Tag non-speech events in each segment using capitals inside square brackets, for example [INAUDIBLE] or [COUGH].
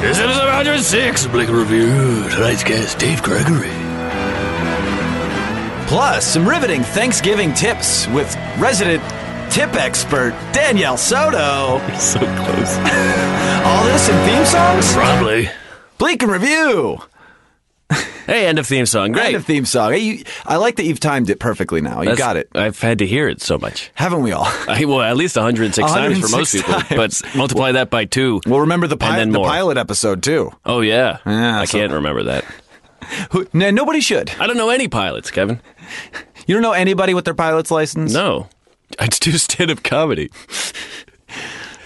This is a Roger 6 Blick Review. Tonight's guest, Dave Gregory. Plus, some riveting Thanksgiving tips with resident tip expert Danielle Soto. [LAUGHS] So close. [LAUGHS] All this in theme songs? Probably. Bleak and Review! Hey, end of theme song. Great. Kind of theme song. Hey, you- I like that you've timed it perfectly now. You That's- got it. I've had to hear it so much. Haven't we all? [LAUGHS] I, well, at least 106, times for most 106 people, but multiply that by two. Well, remember the, pi- and then the more. pilot episode, too. Oh yeah, Yeah, I so- can't remember that. Who, no, nobody should. I don't know any pilots, Kevin. You don't know anybody with their pilot's license? No, I just do stand-up comedy.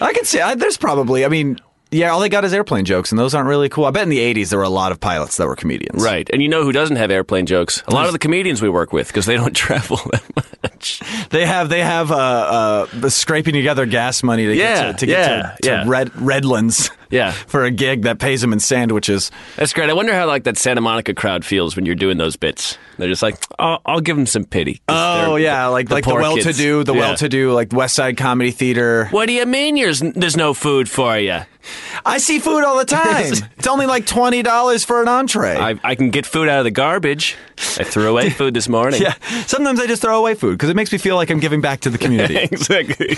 I can see. I, there's probably, I mean, yeah, all they got is airplane jokes, and those aren't really cool. I bet in the 80s there were a lot of pilots that were comedians. Right, and you know who doesn't have airplane jokes? A lot of the comedians we work with because they don't [LAUGHS] travel that much. They have they have uh, uh, the scraping together gas money to Yeah, get to, to, get yeah, to, to yeah. Red, Redlands Yeah. [LAUGHS] for a gig that pays them in sandwiches. That's great. I wonder how like that Santa Monica crowd feels when you're doing those bits. They're just like, I'll, I'll give them some pity. 'cause Oh they're- yeah, like like the poor kids. well-to-do, the Yeah. well-to-do, like West Side Comedy Theater. What do you mean? There's there's no food for you. I see food all [LAUGHS] the time. it's only like twenty dollars for an entree. I, I can get food out of the garbage. I threw [LAUGHS] away food this morning. yeah, sometimes I just throw away food because it makes me feel like I'm giving back to [LAUGHS] the [LAUGHS] community. exactly.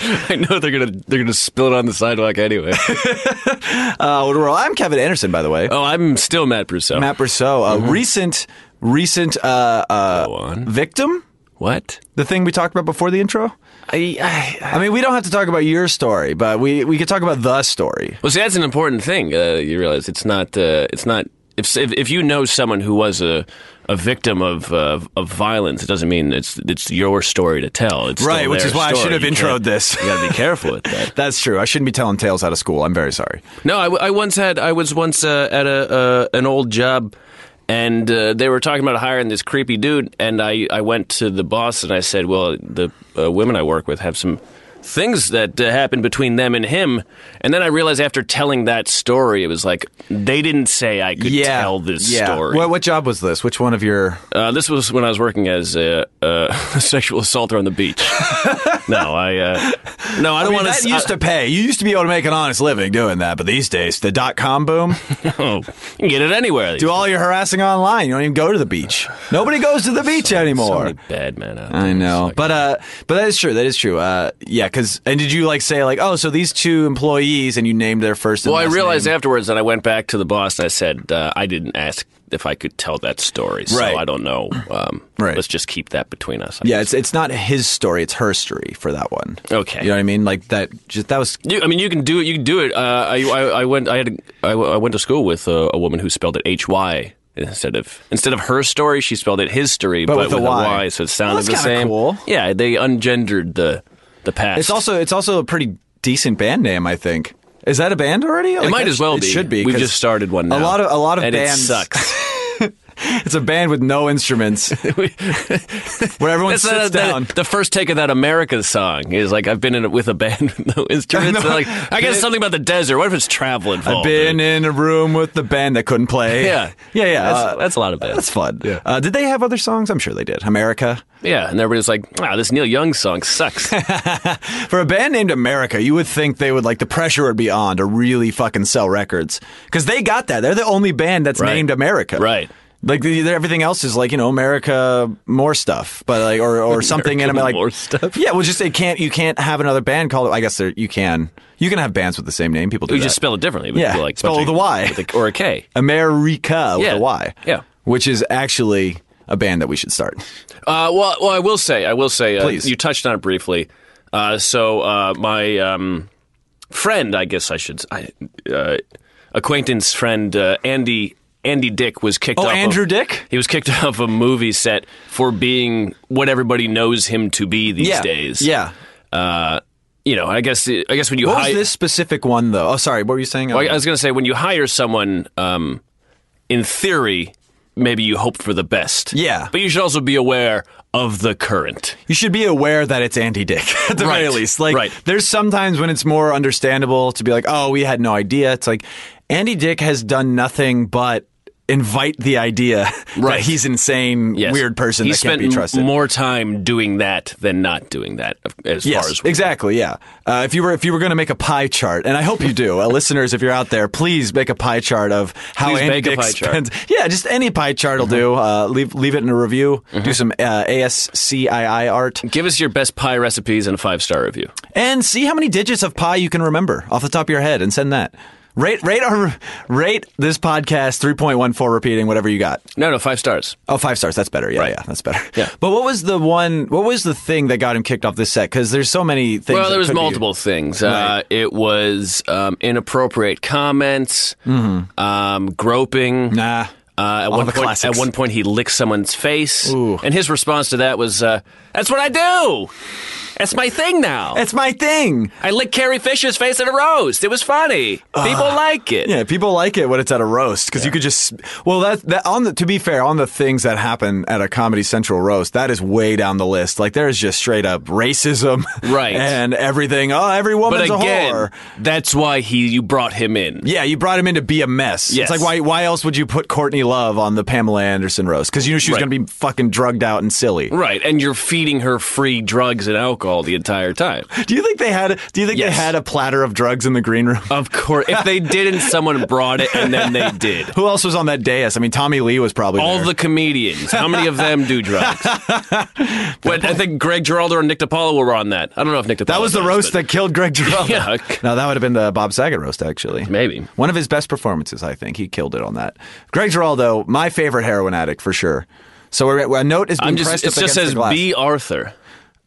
I know they're gonna they're gonna spill it on the sidewalk [LAUGHS] anyway. uh, well, I'm Kevin Anderson, by the way. oh, Mm-hmm. I'm still Matt Brousseau. Matt Brousseau, a recent recent uh, uh, Go on. victim. What? The thing we talked about before the intro. I, I, I mean, we don't have to talk about your story, but we we could talk about the story. well, see, that's an important thing. Uh, you realize it's not uh, it's not if, if if you know someone who was a a victim of uh, of violence, it doesn't mean it's it's your story to tell. It's still Right, which their is why I story. should have You can't- introed this. You gotta be careful with that. [LAUGHS] That's true. I shouldn't be telling tales out of school. I'm very sorry. No, I, w- I once had I was once uh, at a uh, an old job, and uh, they were talking about hiring this creepy dude, and I I went to the boss and I said, well, the uh, women I work with have some things that uh, happened between them and him, and then I realized after telling that story, it was like they didn't say I could tell this yeah. story. What, what job was this? Which one of your? Uh, this was when I was working as a, uh, a [LAUGHS] sexual assaulter on the [LAUGHS] beach. no, I uh, no, I don't want that used to pay. You used to be able to make an honest living doing that, but these days the dot [LAUGHS] com boom. oh, you can get it anywhere. do all your harassing online. You don't even go to the beach. Nobody goes to the beach so anymore. many bad men out there. I know, but uh, but that is true. That is true. Uh, yeah, because and did you like say like oh so these two employees and you named their first? And Well, I last realized name. afterwards that I went back to the boss and I said uh, I didn't ask if I could tell that story, so Right. I don't know. Um, Right. Let's just keep that between us. Yeah, it's it's not his story; it's her story for that one. Okay. you know what I mean? Like that. Just that was You, I mean, you can do it. You can do it. Uh, I, I, I went. I had. I, I went to school with a, a woman who spelled it H Y instead of instead of her story. She spelled it his story, but, with a a Y. Y, so it sounded that's the kinda same. cool. Yeah, they ungendered the the past. It's also it's also a pretty decent band name, I think. Is that a band already? It might as well it be. should be. We've 'cause just started one. A now, lot of a lot of and bands It sucks. [LAUGHS] [LAUGHS] It's a band with no instruments where everyone That's sits uh, the, down. the first take of that America song is like I've been in it with a band [LAUGHS] with no instruments. No, They're like I guess been- something about the desert. What if it's travel I've involved? been in a room with the band that couldn't play. Oh, Yeah. [LAUGHS] yeah, yeah. That's, uh, that's a lot of bands. that's fun. Uh, did they have other songs? I'm sure they did. America. Yeah, and everybody's like, wow, this Neil Young song [LAUGHS] sucks. For a band named America, you would think they would like the pressure would be on to really fucking sell records because they got that. They're the only band that's Right. named America, Right. Like the, the- everything else is like you know America more stuff, but like or or something. And I'm America like More Stuff? Yeah, well, just they can't. You can't have another band called. I guess there you can. You can have bands with the same name. People do we that. just spell it differently. We Yeah, do, like spell bunch the of- Y. with a- [LAUGHS] or a K. [LAUGHS] America with Yeah. a Y. Yeah. which is actually a band that we should start. Uh, well, well, I will say, I will say, uh, Please. you touched on it briefly. Uh, so uh, my um, friend, I guess I should, I, uh, acquaintance friend uh, Andy Andy Dick was kicked. Oh, off Andrew of- Dick? He was kicked [LAUGHS] off a movie set for being what everybody knows him to be these yeah, days. yeah. Uh, you know, I guess I guess when you What was hi- uh, this specific one though? Oh, sorry. What were you saying? I was going to say when you hire someone, um, in theory, maybe you hope for the best. Yeah. but you should also be aware of the current. You should be aware that it's anti dick [LAUGHS] at the Right, very least. Like, right. there's sometimes when it's more understandable to be like, oh, we had no idea. It's like, anti dick has done nothing but invite the idea [LAUGHS] that Right. he's insane, Yes. weird person he that spent can't be trusted. more time doing that than not doing that. As far Yes, as exactly. Yeah. Uh, if you were if you were going to make a pie chart, and I hope you do, uh, [LAUGHS] listeners, if you're out there, please make a pie chart of how Please Andy make a Dick pie chart. Mm-hmm. spends. [LAUGHS] Yeah, just any pie chart will do. Uh, leave leave it in a review. Do some uh, ASCII art give us your best pie recipes and a five star review. and see how many digits of pie you can remember off the top of your head, and send that. Rate rate our rate this podcast three point one four repeating whatever you got. No, no, five stars. Oh, five stars. That's better. Yeah, yeah, that's better. Yeah. But what was the one? What was the thing that got him kicked off this set? Because there's so many things. Well, that there was could be- multiple things. Uh, it was um, inappropriate comments, um, groping. Nah. Uh, at Mm-hmm. All one the point, classics. at one point, he licked someone's face, Ooh. and his response to that was, uh, "That's what I do. That's my thing now. That's my thing. I licked Carrie Fisher's face at a roast. It was funny. People like it. Yeah, people like it when it's at a roast because you could just. Well, that that on the to be fair on the things that happen at a Comedy Central roast, that is way down the list. Like there is just straight up racism, Right. [LAUGHS] And everything. Oh, every But woman's a again, whore. that's why he you brought him in. Yeah, you brought him in to be a mess. Yes. It's like why why else would you put Courtney Love on the Pamela Anderson roast? Because you knew she was Right. going to be fucking drugged out and silly. Right, and you're feeding her free drugs and alcohol the entire [LAUGHS] time. Do you think they had? Do you think Yes. they had a platter of drugs in the green room? [LAUGHS] Of course, if they didn't, someone brought it, and then they did. Who else was on that dais? I mean, Tommy Lee was probably All there. the comedians, how many of them do [LAUGHS] drugs? Wait, I think Greg Giraldo and Nick DiPaolo were on that. I don't know if Nick DiPaolo. That was the does, roast but that killed [LAUGHS] Greg Giraldo. Yeah. No, that would have been the Bob Saget roast, actually. Maybe. One of his best performances, I think. He killed it on that. Greg Giraldo, my favorite heroin addict for sure. So we're, a note is being I'm just. pressed It up just against says the glass. B. Arthur. Oh,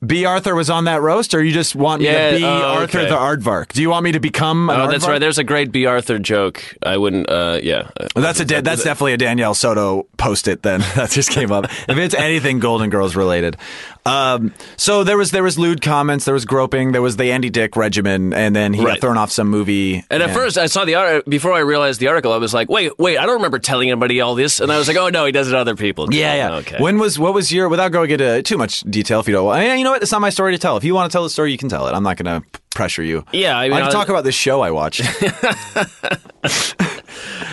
B. Arthur was on that roast, or you just want me Yeah, to be oh, Arthur okay. the Aardvark? Do you want me to become an Oh, that's aardvark? right. There's a great B. Arthur joke. I wouldn't. Uh, yeah. Well, that's a da- that's definitely a Danielle Soto post it. Then [LAUGHS] that just came up. if it's anything Golden Girls related, um, so there was there was lewd comments, there was groping, there was the Andy Dick regimen, and then he got Right. thrown off some movie. And at first, I saw the art before I realized the article. I was like, "Wait, wait! I don't remember telling anybody all this." And I was like, "Oh no, he does it to other people." too." Yeah, yeah. Okay. When was what was your without going into too much detail? If you don't, I mean, you know what? It's not my story to tell. If you want to tell the story, you can tell it. I'm not going to pressure you. Yeah, I I, mean, can I'll- talk about this show [LAUGHS] I watched.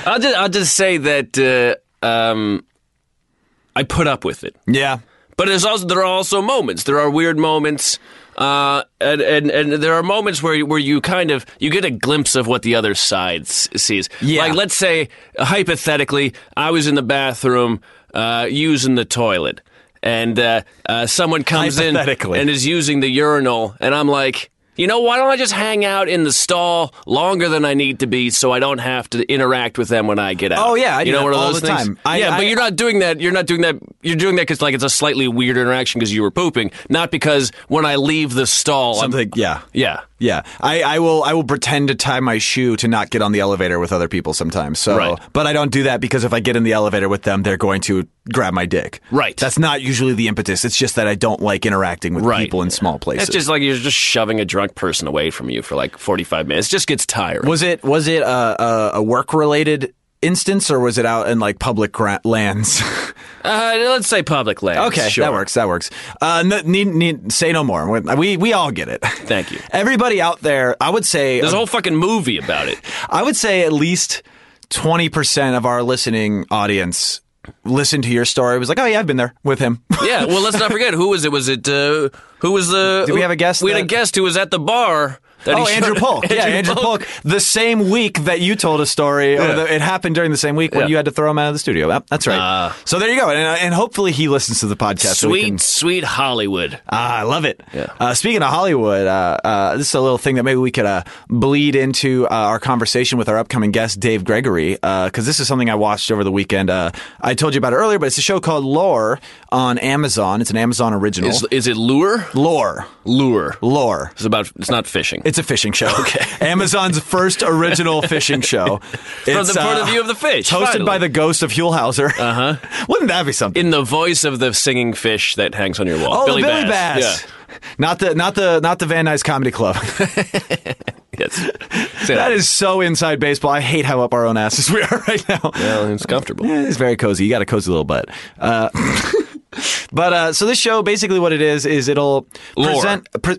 I'll just I'll just say that uh, um, I put up with it, yeah, but there's also there are also moments. There are weird moments, uh, and, and and there are moments where where you kind of you get a glimpse of what the other side s- sees. Yeah. Like let's say hypothetically, I was in the bathroom uh, using the toilet, and uh, uh, someone comes in Hypothetically. and is using the urinal, and I'm like. You know, why don't I just hang out in the stall longer than I need to be so I don't have to interact with them when I get out? Oh, yeah, I you do know that one of all those the things. time. I- yeah, I- but you're not doing that. You're not doing that. You're doing that because like it's a slightly weird interaction because you were pooping, not because when I leave the stall, I'm- something. Yeah, yeah, Yeah, I, I will. I will pretend to tie my shoe to not get on the elevator with other people sometimes. So, Right. but I don't do that because if I get in the elevator with them, they're going to grab my dick. Right. That's not usually the impetus. It's just that I don't like interacting with Right. people in small places. it's just like you're just shoving a drunk person away from you for like 45 minutes. It just gets tiring. was it was it a, a, a work related instance or was it out in like public gra- lands? [LAUGHS] uh, let's say public land. okay, sure. that works. That works. Uh, no, need, need say no more. We we all get it. Thank you. [LAUGHS] Everybody out there, I would say There's a whole fucking movie about [LAUGHS] it. I would say at least 20% of our listening audience listened to your story was like, oh, yeah, I've been there [LAUGHS] with him. Yeah, well, let's not forget who was it? Was it uh, who was the? Did we have a guest We had a that- guest who was at the bar. That Oh, he Andrew showed- [LAUGHS] Polk. yeah, Andrew Polk. The same week that you told a story, or the, it happened during the same week when Yeah. Uh, you had to throw him out of the studio. Yep, that's right. so there you go. And, uh, and hopefully he listens to the podcast. so we Sweet, can- sweet Hollywood. Ah, I love it. Uh, speaking of Hollywood, uh, uh, this is a little thing that maybe we could uh, bleed into uh, our conversation with our upcoming guest, Dave Gregory, because this is something I watched over the weekend. Uh, I told you about it earlier, but it's a show called Lore on Amazon. It's an Amazon original. Is, is it lure? Lore. Lure. Lore. It's about. It's not fishing. It's a [LAUGHS] fishing show. Okay. [LAUGHS] Amazon's first original fishing show. From the point of view of the fish. Hosted finally. Uh-huh. by the ghost of Huelhauser. Uh huh. [LAUGHS] Wouldn't that be something? in the voice of the singing fish that hangs on your wall. oh, the Billy Bass. Yeah. Not the not the not the Van Nuys Comedy Club. [LAUGHS] [LAUGHS] Yes. Say That is so inside baseball. I hate how up our own asses we are [LAUGHS] right now. Well, it's comfortable. Eh, It's very cozy. You got a cozy little butt. [LAUGHS] Uh, but uh, so this show, basically, what it is is it'll Lore. present. Pre-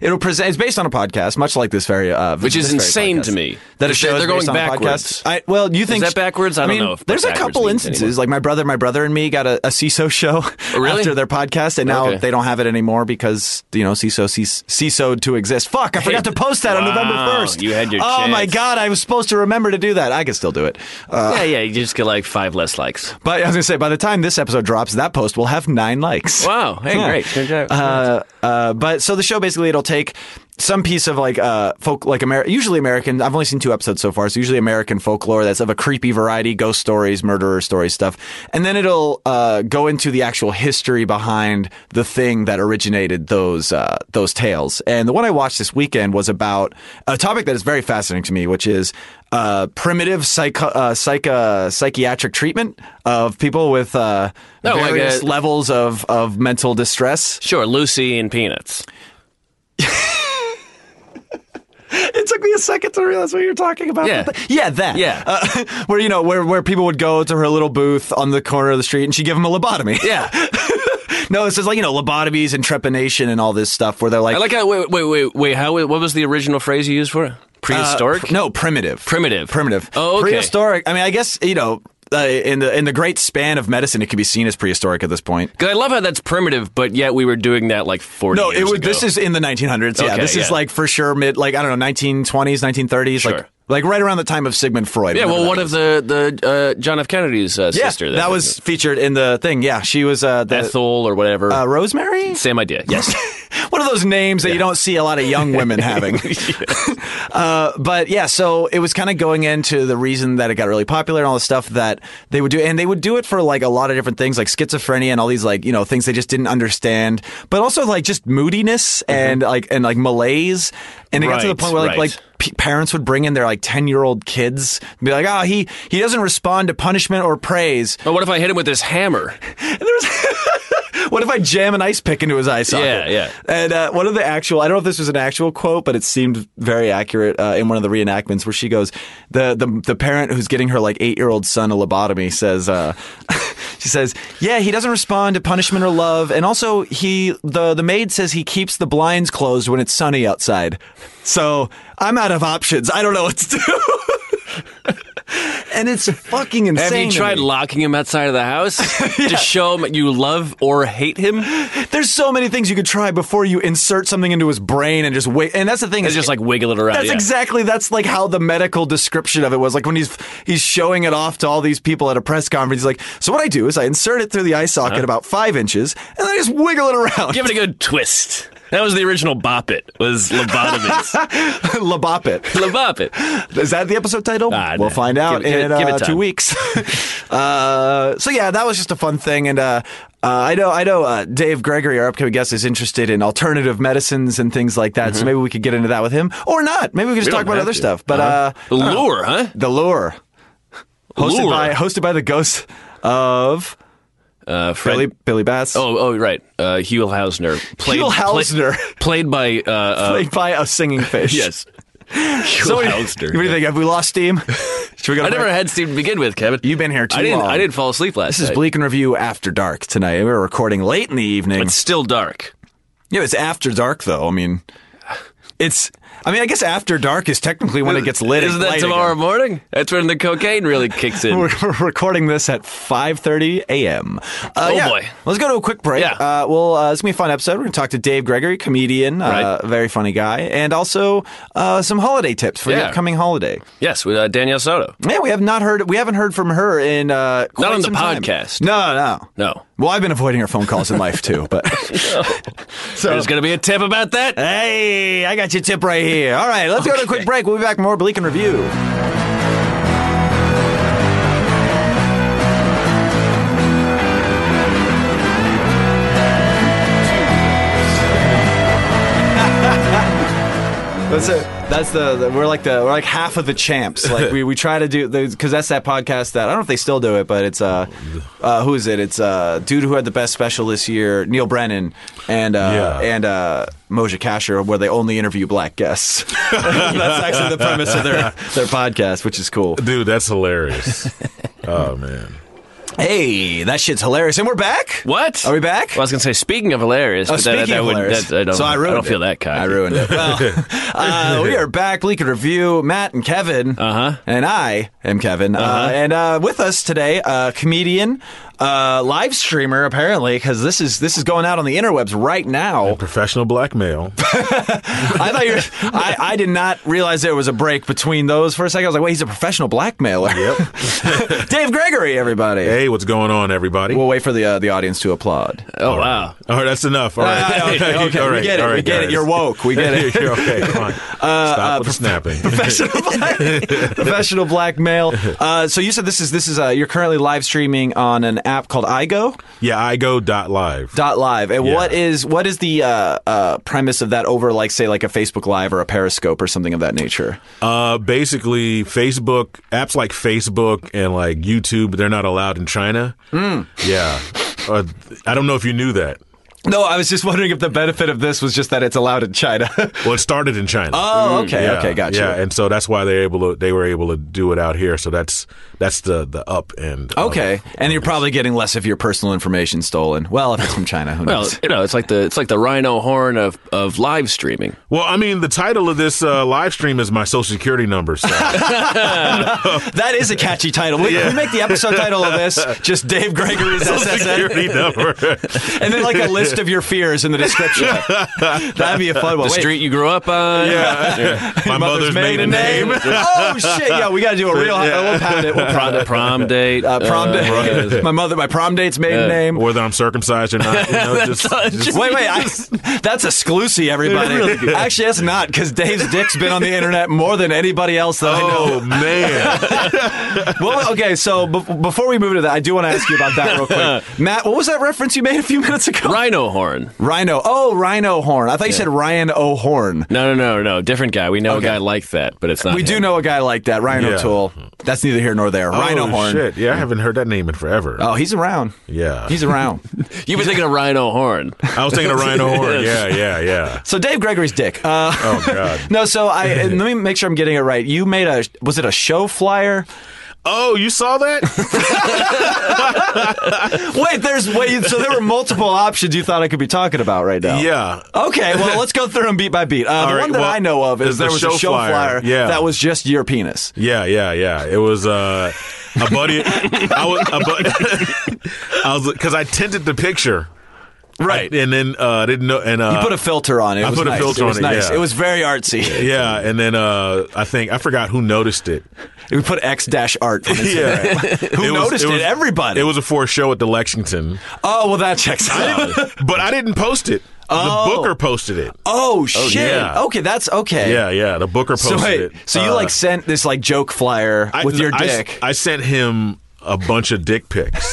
It'll present. It's based on a podcast, much like this very, uh, Which is insane to me. that a They're- show is they're going based on a backwards. podcast. I, well, you think that backwards? I don't mean, know if there's a backwards couple means instances. Like my brother, my brother and me got a, a CISO show [LAUGHS] Oh, Really? after their podcast, and now Okay. they don't have it anymore because you know CISO CIS- CISO'd to exist. Fuck! I forgot to post that on Wow, November first. you had your Oh my chance. god! I was supposed to remember to do that. I can still do it. Uh, yeah, yeah. You just get like five less likes. But I was gonna say, by the time this episode drops, that post will have nine likes. Wow. Hey, Yeah. great. Good job. Uh, uh, but so the show basically it'll take some piece of like uh, folk, like Amer- usually American. I've only seen two episodes so far. It's usually American folklore that's of a creepy variety, ghost stories, murderer stories, stuff, and then it'll uh, go into the actual history behind the thing that originated those uh, those tales. And the one I watched this weekend was about a topic that is very fascinating to me, which is uh, primitive psycho- uh, psycho- psychiatric treatment of people with uh, Oh, like various a- levels of, of mental distress. Sure, Lucy and Peanuts. It took me a second to realize what you're talking about. Yeah. yeah, that. Yeah. Uh, [LAUGHS] where you know where where people would go to her little booth on the corner of the street and she would give them a lobotomy. Yeah. [LAUGHS] no, it's just like you know lobotomies and trepanation and all this stuff where they're like, I like how wait wait wait wait how what was the original phrase you used for it? uh, Prehistoric? pr- no, primitive. Primitive. Primitive. Oh, okay. Prehistoric. I mean, I guess you know. Uh, in the in the great span of medicine, it could be seen as prehistoric at this point. 'Cause I love how that's primitive, but yet we were doing that like 40 No, years it was. ago. This is in the 1900s. yeah, Okay, this is yeah. like for sure mid, like I don't know, 1920s, 1930s, Sure. like like right around the time of Sigmund Freud. Yeah, whenever well, that one was. of the the uh, John F. Kennedy's uh, yeah, sister. That was featured in the thing. Yeah, she was uh, the Ethel or whatever. uh, Rosemary. [LAUGHS] Same idea. Yes. One of those names that you don't see a lot of young women having. [LAUGHS] [LAUGHS] uh, but yeah, so it was kind of going into the reason that it got really popular and all the stuff that they would do. And they would do it for like a lot of different things, like schizophrenia and all these like, you know, things they just didn't understand, but also like just moodiness and like, and like malaise. And it got to the Mm-hmm. Right, point where like, right. like, p- parents would bring in their like 10 year old kids and be like, oh, he, he doesn't respond to punishment or praise. But what if I hit him with this hammer? And there was, what if I jam an ice pick into his eye socket? Yeah, yeah. And uh, one of the actual, I don't know if this was an actual quote, but it seemed very accurate uh, in one of the reenactments where she goes, the the, the parent who's getting her like eight year old son a lobotomy says, uh, [LAUGHS] she says, yeah, he doesn't respond to punishment or love, and also he the the maid says he keeps the blinds closed when it's sunny outside. So I'm out of options. I don't know what to do. [LAUGHS] And it's fucking Have insane. you to tried me. locking him outside of the house [LAUGHS] to show him you love or hate him? There's so many things you could try before you insert something into his brain and just wait. And that's the thing. It's is just like wiggle it around. That's yeah. exactly that's like how the medical description of it was. Like when he's he's showing it off to all these people at a press conference. He's like, so what I do is I insert it through the eye socket about five inches, and I just wiggle it around. Uh-huh. Give it a good twist. That was the original Bop It, was [LAUGHS] [LAUGHS] lobotomies. Labop it. Lobop It. Is that the episode title? Ah, we'll nah. find out Give it- in give it uh, time. two weeks. [LAUGHS] uh, so yeah, that was just a fun thing, and uh, uh, I know I know uh, Dave Gregory, our upcoming guest, is interested in alternative medicines and things like that. So maybe we could get into that with him, or not. Maybe we could just Mm-hmm. We talk don't about have other to. stuff. But Uh-huh. uh, The lure, huh? the lure, hosted Lure. by hosted by the ghost of Uh, Fred, Billy Billy Bass. Oh, oh, right. Uh, Hugh Hausner. Played, Hugh play- Hausner. played by. Uh, [LAUGHS] uh, Played by a singing [LAUGHS] fish. yes. Hugh [LAUGHS] So what do you, Hausner. what do you think? Have we [LAUGHS] lost steam? Should we go? I to never break? had Steve to begin with, Kevin. You've been here too I didn't. long. I didn't fall asleep last This is night. Bleak and Review After Dark tonight. We're recording late in the evening. It's still dark. Yeah, it's after dark though. I mean, it's. I mean, I guess after dark is technically when it gets lit. Isn't and that light tomorrow again. morning? That's when the cocaine really kicks in. [LAUGHS] We're, we're recording this at 5:30 a.m. Uh, Oh, yeah. boy. Let's go to a quick break. Yeah. Uh, well, uh, it's gonna be a fun episode. We're gonna talk to Dave Gregory, comedian, uh, Right. very funny guy, and also uh, some holiday tips for the Yeah. upcoming holiday. yes, with uh, Danielle Soto. Yeah, we have not heard. We haven't heard from her in uh, quite on the some time. podcast. No, no, No. Well, I've been avoiding her phone calls in life too, [LAUGHS] but [LAUGHS] so Uh, There's going to be a tip about that. Hey, I got your tip right here. All right, let's go to a quick break. We'll be back with more Bleak and Review. That's it. That's the, the- we're like the we're like half of the champs. Like we, we try to do because that's that podcast that I don't know if they still do it, but it's uh, uh who is it? It's uh dude who had the best special this year, Neil Brennan, and uh Yeah. and uh Moja Kasher, where they only interview black guests. that's actually the premise of their their podcast, which is cool. Dude, that's hilarious. oh man. Hey, that shit's hilarious. And we're back? What? Are we back? Well, I was gonna say, speaking of hilarious, Oh, but that- that, speaking of would, hilarious. that- I don't, so I ruined I don't feel it. that cocky. I ruined it. Well, uh, we are back. Bleak and Review. Matt and Kevin. Uh-huh. And I am Kevin. Uh, and uh, with us today, uh, comedian, uh, live streamer, apparently, because this is this is going out on the interwebs right [LAUGHS] now. Professional blackmail. I thought you were, I, I did not realize there was a break between those for a second. I was like, wait, he's a professional blackmailer. Yep. [LAUGHS] Dave Gregory, everybody. hey, what's going on, everybody? We'll wait for the uh, the audience to applaud. Oh wow. All right, that's enough. [LAUGHS] All right. Ah, okay, okay, All we right, get it, all we right, get it. guys. You're Uh, woke, we get it. You're [LAUGHS] okay, [LAUGHS] fine. Stop with the snapping. professional black, professional blackmail. Uh, so you said this is this is uh, you're currently live streaming on an app called iGo [LAUGHS] yeah, I go dot live. dot live. And Yeah. what is what is the uh, uh, premise of that over like say like a Facebook Live or a Periscope or something of that nature? Uh, basically, Facebook apps like Facebook and like YouTube, they're not allowed in China. Hmm. Yeah, uh, I don't know if you knew that. No, I was just wondering if the benefit of this was just that it's allowed in China. Well, it started in China. [LAUGHS] oh, okay, yeah, okay, gotcha. Yeah, and so that's why they able to they were able to do it out here. So that's that's the the up end. of Okay, it. and you're probably getting less of your personal information stolen. Well, if it's from China, who Well, knows? you know, it's like the it's like the rhino horn of of live streaming. Well, I mean, the title of this uh, live stream is my social security number. So. [LAUGHS] That is a catchy title. We, we make the episode title of this just Dave [LAUGHS] Gregory's SSN, security number. and then like a list of your fears in the description. That'd be a fun one. The Wait, street you grew up on. [LAUGHS] [LAUGHS] yeah. My mother's, maiden name. [LAUGHS] [LAUGHS] oh shit! Yeah, we got to do a real. yeah. We'll pound it. We'll Prom, pound the it. prom date. [LAUGHS] Uh, prom uh, date. [LAUGHS] my mother. My prom date's maiden name. Whether I'm circumcised or not. [LAUGHS] You know, just, just- Wait, wait. I, [LAUGHS] that's exclusive, everybody. Actually, that's not because Dave's dick's been on the internet more than anybody else that I know. [LAUGHS] Oh, man. Oh. Well, okay, so be- before we move to that, I do want to ask you about that real [LAUGHS] quick. Matt, what was that reference you made a few minutes ago? Rhino horn. Rhino. Oh, Rhino Horn. I thought you said Ryan O'Horn. No, no, no, no. Different guy. We know a guy like that, but it's not. We do him. know a guy like that, Ryan Yeah. O'Toole. That's neither here nor there. Rhino oh, Horn. shit. Yeah, I haven't heard that name in forever. Oh, he's around. Yeah. He's [LAUGHS] around. You've been thinking of rhino [LAUGHS] horn. I was thinking of Rhino Horn. Yeah, yeah, yeah. so Dave Gregory's dick. Uh, Oh, [LAUGHS] God. no, so [LAUGHS] I and let me make sure I'm getting it right. You made a was it a show flyer? Oh, you [LAUGHS] saw that? Wait, there's wait. So there were multiple [LAUGHS] options you thought I could be talking about right now. yeah. Okay, well, let's go through them beat by beat. Uh, the All right, one that well, I know of is the there was a show show flyer, flyer, yeah. that was just your penis. Yeah, yeah, yeah. It was uh, a buddy. I was, a bu- [LAUGHS] I was, because I tinted the picture, Right. and then uh, I didn't know. And uh, you put a filter on it. It I was put a nice. filter it was on it, nice. yeah. It was very [LAUGHS] artsy. Yeah, and then uh, I think I forgot who noticed it. we put X dash art from Instagram. [LAUGHS] Yeah, Who noticed it? Everybody. It was a for show at the Lexington, Oh well, that checks out. but I didn't post it. Oh. The Booker posted it. oh shit. yeah. Okay, that's okay. Yeah, yeah. The Booker So posted wait, it. so you Uh, like sent this like joke flyer I- with your I- dick, [LAUGHS] I, sent him a bunch of dick pics.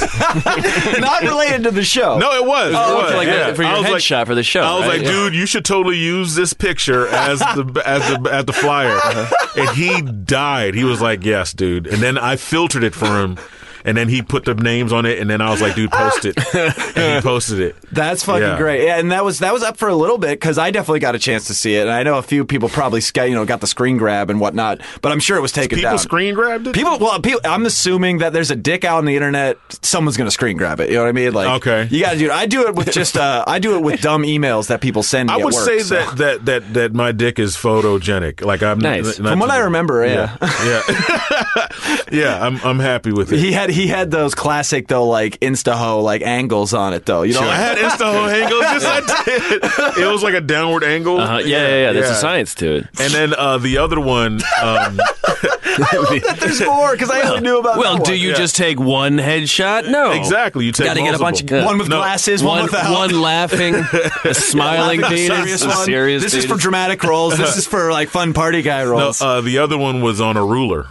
not related to the show. No, it was. Oh, it okay, was. like yeah. that- for your I was like- headshot for the show, I was right? like, Yeah. dude, you should totally use this picture as the [LAUGHS] as the as the flyer. Uh-huh. And he died. He was like, yes, dude. And then I filtered it for him. And then he put the names on it, and then I was like, "Dude, post it." and he posted it. That's fucking Yeah. great. Yeah, and that was that was up for a little bit because I definitely got a chance to see it, and I know a few people probably sca- you know got the screen grab and whatnot, but I'm sure it was taken People down. screen grabbed it. People, well, people, I'm assuming that there's a dick out on the internet. Someone's gonna screen grab it. You know what I mean? Like, Okay. you gotta do it. I do it with just, uh, I do it [LAUGHS] with dumb emails that people send me. I at would work, say so. that, that that that my dick is photogenic. Like I'm Nice. not- From what I remember, yeah. yeah, yeah. [LAUGHS] Yeah, I'm I'm happy with it. he had he had those classic though like instaho like angles on it though. You know, I like, had insta hoe angles. Yes, I did. It was like a downward angle. Uh, yeah, yeah, yeah. There's a science to it. And then uh, the other one, um, [LAUGHS] there's more because I only knew about. Well, that do one. you yeah. just take one headshot? No. exactly. You take Oh. Gotta get a bunch of- multiple. one with No, glasses, one, One, without. one [LAUGHS] laughing, a smiling Laughing at the penis, serious a one. serious This is for penis. dramatic roles. This is for like fun party guy No, roles. uh, the other one was on a ruler.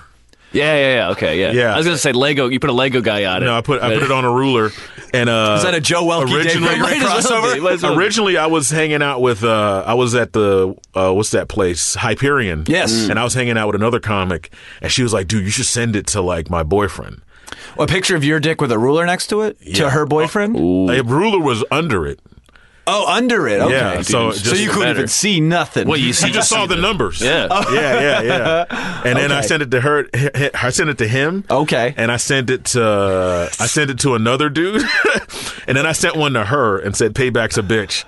Yeah, yeah, yeah. Okay, yeah. Yeah. I was gonna say Lego. You put a Lego guy on it. No, I put I put it on a ruler, and uh, Is that a Joe Welke, Dave [LAUGHS] originally- Gregory Might as well be, might as well be. Originally, I was hanging out with uh, I was at the uh, what's that place Hyperion. Yes. Mm. and I was hanging out with another comic, and she was like, "Dude, you should send it to like my boyfriend." Oh. a picture of your dick with a ruler next to it to her boyfriend. A ruler was under it. Oh, under it. Okay. Yeah, so, so it just- you couldn't better. even see nothing. [LAUGHS] Well, you see, You just saw the numbers. Yeah. [LAUGHS] yeah, yeah, yeah. And then I Okay. sent it to her. h- h- I sent it to him. Okay. And I sent it to I sent it to another dude, [LAUGHS] and then I sent one to her and said, "Payback's a bitch."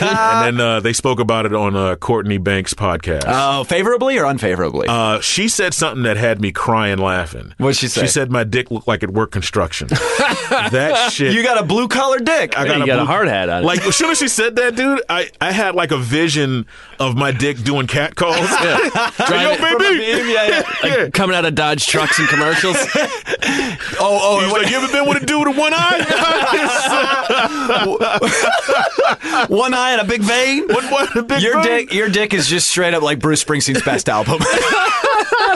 and then uh, they spoke about it on uh, Courtney Banks' podcast. Oh, favorably or unfavorably? Uh, she said something that had me crying laughing. What'd she say? She said my dick looked like it worked construction. that shit. you got a blue collar dick. I [LAUGHS] Yeah, you got a hard hat on. Like as soon as she said that, dude, I, I had like a vision of my dick doing cat calls. [LAUGHS] Yo, Driving- baby. yeah, yeah. Like, coming out of Dodge trucks and [LAUGHS] commercials. Oh, He's like, you ever been with a dude with one [LAUGHS] eye? oh, [LAUGHS] one eye and a big vein. one, one, big Your bone? dick, your dick is just straight up like Bruce Springsteen's [LAUGHS] best album. [LAUGHS]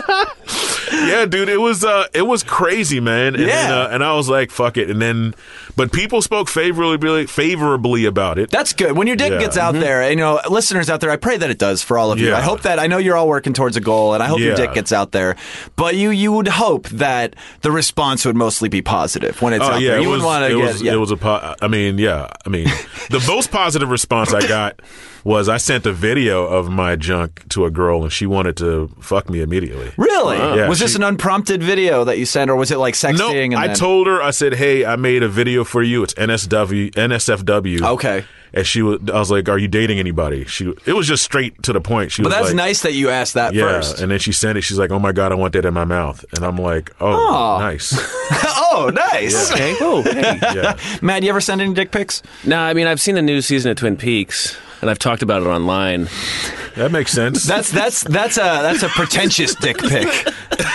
Yeah, dude, it was uh, it was crazy, man. And then, Yeah. uh, and I was like, fuck it. And then, but people spoke favorably, really favorably about it. That's good. When your dick Yeah. Mm-hmm. gets out there, and, you know, listeners out there, I pray that it does for all of you. Yeah. I hope that I know you're all working towards a goal, and I hope your Yeah. dick gets out there. But you, you would hope that the response would mostly be positive when it's Oh out yeah, there. it You was, wouldn't want it to get was, yeah. it was a po- I mean, yeah, I mean, the most positive response I got was I sent a video of my junk to a girl and she wanted to fuck me immediately. really. Yeah, was this she- an unprompted video that you sent, or was it like sexting? No, and I then- told her. I said, "Hey, I made a video for you. It's NSW, NSFW." Okay. And she was. I was like, "Are you dating anybody?" She. It was just straight to the point. She But was that's like, nice that you asked that Yeah. first. And then she sent it. She's like, "Oh my god, I want that in my mouth." And I'm like, "Oh, Aw. [LAUGHS] nice." [LAUGHS] oh, nice. okay. Oh, hey. Yeah. [LAUGHS] Matt, you ever send any dick pics? No, I mean I've seen the new season of Twin Peaks, and I've talked about it online. that makes sense. That's that's that's a that's a pretentious dick pic.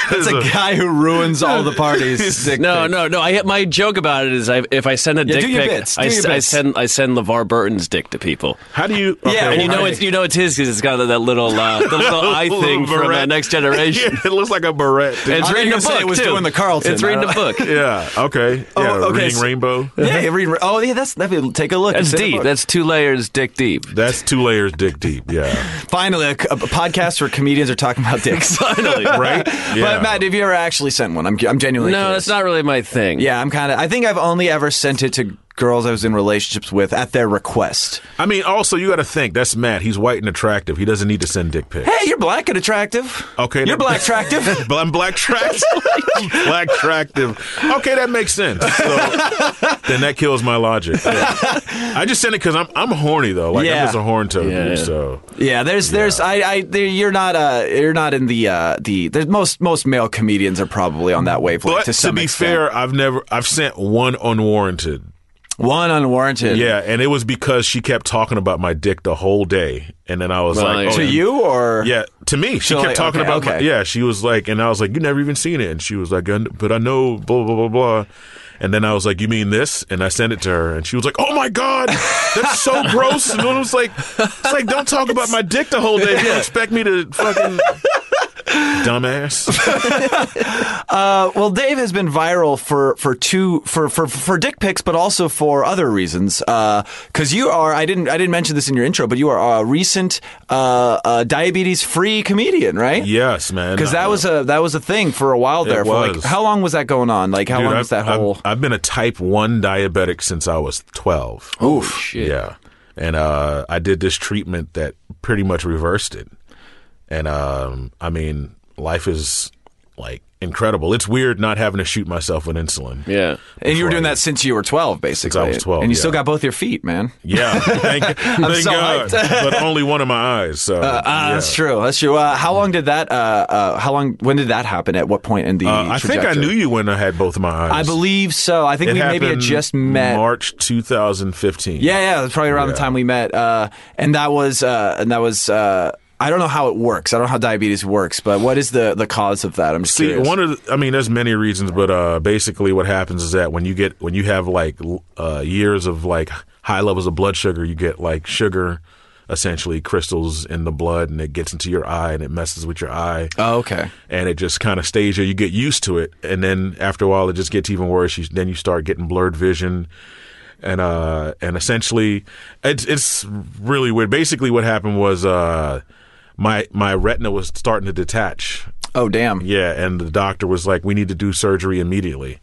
That's a a- guy who ruins all the parties. Dick No, pic. no, no. I my joke about it is I, if I send a Yeah, dick do your pic, bits, do I, your s- I bits. send I send LeVar Burton's dick to people. How do you? okay, and And you well, know how- [LAUGHS] it's you know it's his because it's got that little uh, [LAUGHS] the little eye Little thing from uh, barrette. Next Generation. [LAUGHS] Yeah, it looks like a barrette. dude. It's I thought reading you a were gonna say book it was too. doing the [LAUGHS] Carlton. It's reading I a book. [LAUGHS] Yeah. Okay. Yeah. Oh, okay, Reading so- Rainbow. Yeah, you read. Oh, yeah. That's that. would- Take a look. That's It's in the deep. book. That's two layers dick [LAUGHS] deep. That's two layers dick [LAUGHS] deep. Yeah. finally a, a podcast where comedians are talking [LAUGHS] about dicks. Finally, Right. Yeah. But Matt, have you ever actually sent one? I'm I'm genuinely No, curious. that's not really my thing. Yeah, I'm kind of. I think I've only ever sent it to girls I was in relationships with at their request. I mean, also you got to think that's Matt. He's white and attractive. He doesn't need to send dick pics. [LAUGHS] Hey, you're black and attractive. Okay, you're that- black attractive. [LAUGHS] But I'm black attractive. black attractive. Okay, that makes [LAUGHS] sense. So, then that kills my logic. Yeah. I just sent it because I'm I'm horny though. Like Yeah. I'm just a horn toad. Yeah. dude, So Yeah, there's, there's, I, I, there, you're not, uh, you're not in the, uh, the, there's most, most male comedians are probably on that wavelength. to, but to, some be extent. fair, I've never I've sent one unwarranted. one unwarranted. Yeah, and it was because she kept talking about my dick the whole day, and then I was Well, like, yeah. oh, To and- you or Yeah, to me, she So, kept like, talking okay, about. my- okay. yeah, she was like, and I was like, you never even seen it, and she was like, "I kn- but I know, blah blah blah blah. And then I was like, you mean this? And I sent it to her, and she was like, oh my god, [LAUGHS] that's so gross. And I was like, it's like don't talk about my dick the whole day. You don't expect me to [LAUGHS] fucking. Dumbass. Uh, well, Dave has been viral for for two for for for dick pics, but also for other reasons. Because you are, I didn't I didn't mention this in your intro, but you are a recent uh, uh, diabetes free comedian, right? Yes, man. Because that was a that was a thing for a while there. for like, was. how long was that going on? Like, how Dude, long was that I've- whole? I've, I've been a type one diabetic since I was twelve. Oof. Shit. Yeah. And uh, I did this treatment that pretty much reversed it. And um, I mean, life is like incredible. It's weird not having to shoot myself with insulin. Yeah. and you were before doing I- that since you were twelve, basically. I was 12, and you still yeah. got both your feet, man. [LAUGHS] Yeah. Thank, thank so God. hyped. [LAUGHS] but only one of my eyes. So Ah, yeah. that's true. That's true. Uh, how long did that? Uh, uh, how long? When did that happen? At what point in the? Uh, I think I trajectory? knew you when I had both of my eyes. I believe so. I think it we maybe had happened just met. March 2015. Yeah, yeah, that's probably around the Yeah. time we met. Uh, and that was, uh, and that was. Uh, I don't know how it works. I don't know how diabetes works, but what is the the cause of that? I'm just See, curious. one of the, I mean, there's many reasons, but uh, basically, what happens is that when you get when you have like l- uh, years of like high levels of blood sugar, you get like sugar, essentially crystals in the blood, and it gets into your eye and it messes with your eye, oh, okay. and it just kind of stays there. You get used to it, and then after a while, it just gets even worse. You, then you start getting blurred vision. And uh, and essentially, it's it's really weird. Basically, what happened was uh, my my retina was starting to detach, Oh, damn. yeah, and the doctor was like, "We need to do surgery immediately."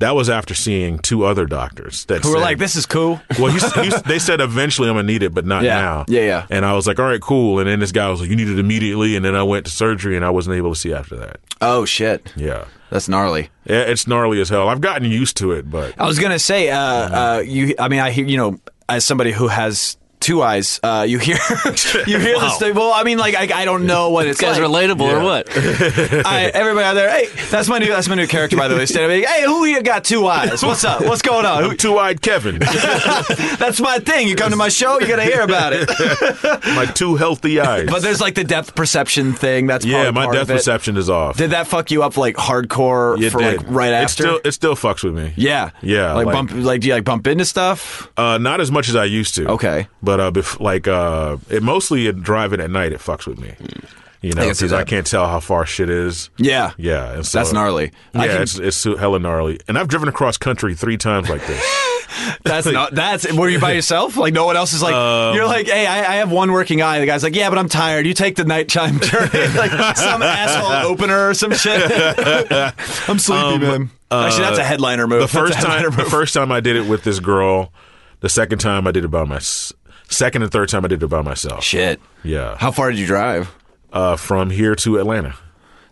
That was after seeing two other doctors that Who were said- like, this is cool. [LAUGHS] Well, he's, he's, they said eventually I'm gonna need it, but not Yeah. now. Yeah, yeah. And I was like, all right, cool. And then this guy was like, you need it immediately. And then I went to surgery, and I wasn't able to see after that. Oh, shit. Yeah, That's gnarly. Yeah, it's gnarly as hell. I've gotten used to [LAUGHS] it, but I was gonna say, uh, uh, you. I mean, I hear you know, as somebody who has two eyes, uh, you hear, [LAUGHS] you hear the sta- Well, I mean, like I, I don't know what it's These guys like. relatable or what? I, everybody out there, hey, that's my new, that's my new character by the way. Stand up, and be like, hey, who here got two eyes? What's up? What's going on? Who- [LAUGHS] two-eyed Kevin, That's my thing. You come to my show, you're gonna hear about [LAUGHS] it. my two healthy eyes. [LAUGHS] But there's like the depth perception thing. That's yeah, probably my part depth of it. perception is off. Did that fuck you up like hardcore It for did. like right It after? still, it still fucks with me. yeah, Yeah, Like, like- bump, like do you like bump into stuff? Uh, not as much as I used to. Okay. But uh, bef- like uh, it mostly it, driving at night, it fucks with me. You know, can see because I that. can't tell how far shit is. Yeah, Yeah, and so, That's gnarly. I Yeah, can- it's it's so hella gnarly. And I've driven across country three times [LAUGHS] like this. That's not. That's were you by yourself? Like no one else is like. Um, you're like, hey, I, I have one working eye. The guy's like, yeah, but I'm tired. You take the night chime [LAUGHS] journey, like some asshole opener or some shit. [LAUGHS] I'm sleepy, man. Actually, that's a headliner move. Um, uh, The first that's a time, headliner the move. first time I did it with this girl. The second time I did it by my second and third time I did it by myself. shit. Yeah, How far did you drive? uh, from here to Atlanta.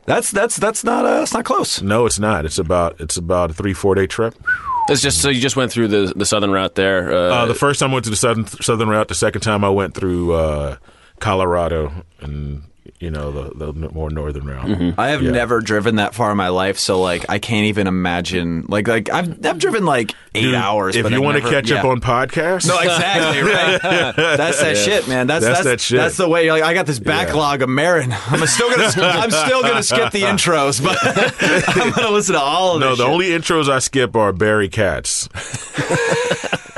That's that's that's not uh, that's not close. No, it's not. It's about it's about a three four day trip. That's just so you just went through the the southern route there. Uh, Uh, the first time I went to the southern southern route. The second time I went through uh, Colorado and you know the the more northern route. I have never driven that far in my life, so like I can't even imagine. Like like I've I've driven like eight Dude, hours. If but you I've want to never- catch up yeah. on podcasts, No, exactly right. [LAUGHS] That's that shit, man. That's That's that's that shit. That's the way. You're like, I got this backlog of Marin. I'm [LAUGHS] still gonna I'm still gonna skip the intros, but [LAUGHS] I'm gonna listen to all of No, this the shit. only intros I skip are [LAUGHS] Barry Katz.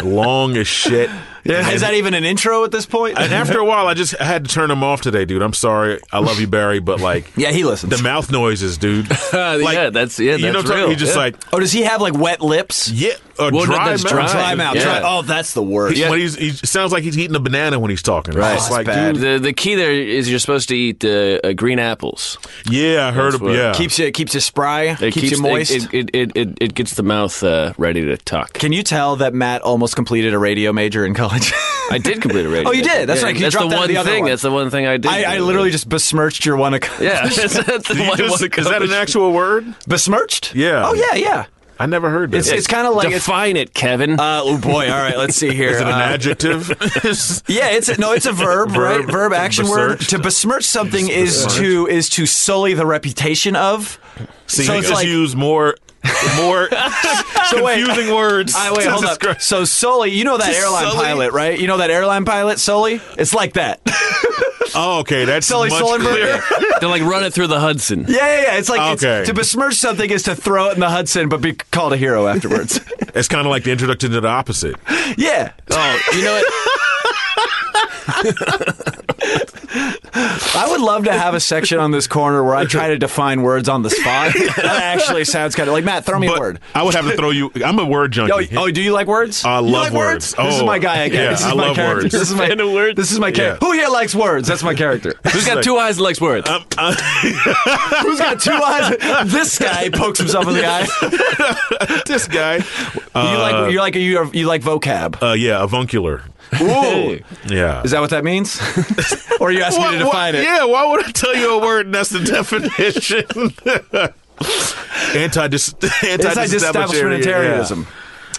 Long as shit. Yeah, is that even an intro at this point? [LAUGHS] And after a while, I just I had to turn them off today, dude. I'm sorry. I love you, Barry, but like [LAUGHS] [LAUGHS] yeah, he listens. the mouth noises, dude. [LAUGHS] Like, [LAUGHS] yeah, that's yeah, that's you know, what I'm talking- real. he just yeah. like oh, does he have like wet lips? yeah, or Well, no, dry that's mouth. dry. Dry mouth. Yeah. dry- oh, that's the worst. He- When he's, he sounds like he's eating a banana when he's talking. Right. It's Oh, like, that's bad. dude, The the key there is you're supposed to eat uh, uh, green apples. yeah, I heard. That's Of, what- yeah, Keeps you keeps you spry. It keeps, you moist. It it, it, it, it gets the mouth uh, ready to tuck. Can you tell that Matt almost completed a radio major in college? I did complete a radio. [LAUGHS] Oh, you did? That's right, 'cause you That's the dropped out of one the other thing. one. That's the one thing I did. I, I literally just besmirched your one. ac- yeah. [LAUGHS] that's, that's the Did you one- just- one [LAUGHS] is that an accomplishment. actual word? Besmirched? Yeah. Oh yeah, yeah. I never heard that. It's it's kind of like it's. define it, Kevin? Uh, oh boy! All right, let's see here. [LAUGHS] is it an Uh, [LAUGHS] adjective? Yeah, it's a, no, it's a verb, right? Verb action word. Besmirched. To besmirch something is to is to sully the reputation of. See, so you it's just like- use more, more So [LAUGHS] wait, confusing words. I, [LAUGHS] wait, to hold describe- up. So Sully, you know that airline Sully? pilot, right? You know that airline pilot, Sully. It's like [LAUGHS] that. Oh, okay, that's Sully much Sullenberger. clearer. [LAUGHS] They're like run it through the Hudson. Yeah, yeah, yeah. It's like it's- Okay. to besmirch something is to throw it in the Hudson, but be called a hero afterwards. [LAUGHS] It's kind of like the introduction to the opposite. yeah. Oh, you know what? I would love to have a section on this corner where I try to define words on the spot. That actually sounds kind of like Matt. Throw me a But word. I would have to throw you. I'm a word junkie. Oh, oh, do you like words? I You love like words. words. This is Oh, my guy again. yeah, this is I my love character. words. This is my Fan of words? This is my character. Yeah. Who here likes words? That's my character. Who's got two eyes and legs worth? Who's got [LAUGHS] two eyes? This guy pokes himself in the [LAUGHS] eye. [LAUGHS] this guy. you like you like you are, you like [LAUGHS] vocab. Uh, yeah, avuncular. Ooh. Yeah. Is that what that means? [LAUGHS] or are you asking me to define it? Yeah, why would I tell you a word and that's the definition? [LAUGHS] Anti dis Anti-disestablishmentarianism.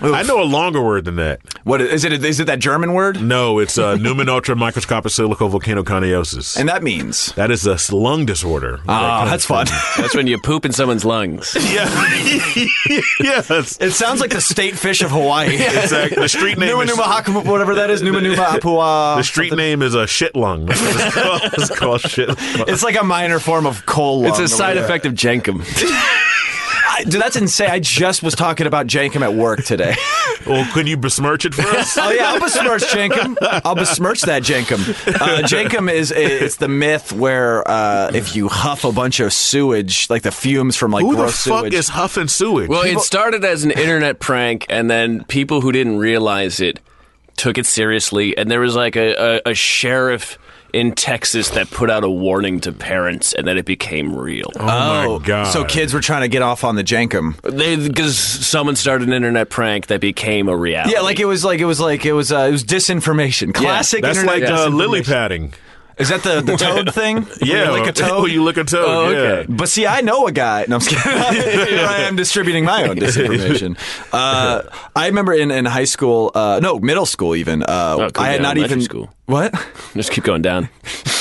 I know a longer word than that. What is it? Is it that German word? No, it's uh, Newman ultra microscopic silico volcanoconiosis. And that means. that is a s- lung disorder. uh, Ah, that's fun. That's when you poop in someone's lungs. [LAUGHS] yeah. [LAUGHS] yes. It sounds like the state fish of [LAUGHS] Hawaii. Exact- the street name Numa is Numa Hakama, whatever that is. Numa [LAUGHS] Numa Apua. the street name is a shit lung. [LAUGHS] It's called, it's called shit. Lung. It's like a minor form of coal. It's a side effect of Jenkum. I, dude, that's insane. I just was talking about Jankum at work [LAUGHS] today. Well, could you besmirch it [LAUGHS] for us? oh yeah, I'll besmirch Jankum. I'll besmirch that Jankum. Uh, Jankum is it's the myth where uh, if you huff a bunch of sewage, like the fumes from like Who the gross fuck sewage. is huffing sewage? [LAUGHS] Well, it started as an internet prank, and then people who didn't realize it took it seriously, and there was like a, a, a sheriff in Texas that put out a warning to parents, and then it became real. Oh, my god! So kids were trying to get off on the jankum. They because someone started an internet prank that became a reality. Yeah, like it was like it was like it was uh, it was disinformation. Classic That's internet like uh, disinformation. lily padding. Is that the, [LAUGHS] the toad thing? Yeah, [LAUGHS] like a Oh, toad. you lick a toad. Oh, yeah. okay. But see, I know a guy. No, I'm just kidding. [LAUGHS] [LAUGHS] Here I am distributing my own disinformation. Uh, I remember in, in high school, uh, no, middle school even. Uh, Oh, cool, I had yeah, not elementary even school. what. just keep going down.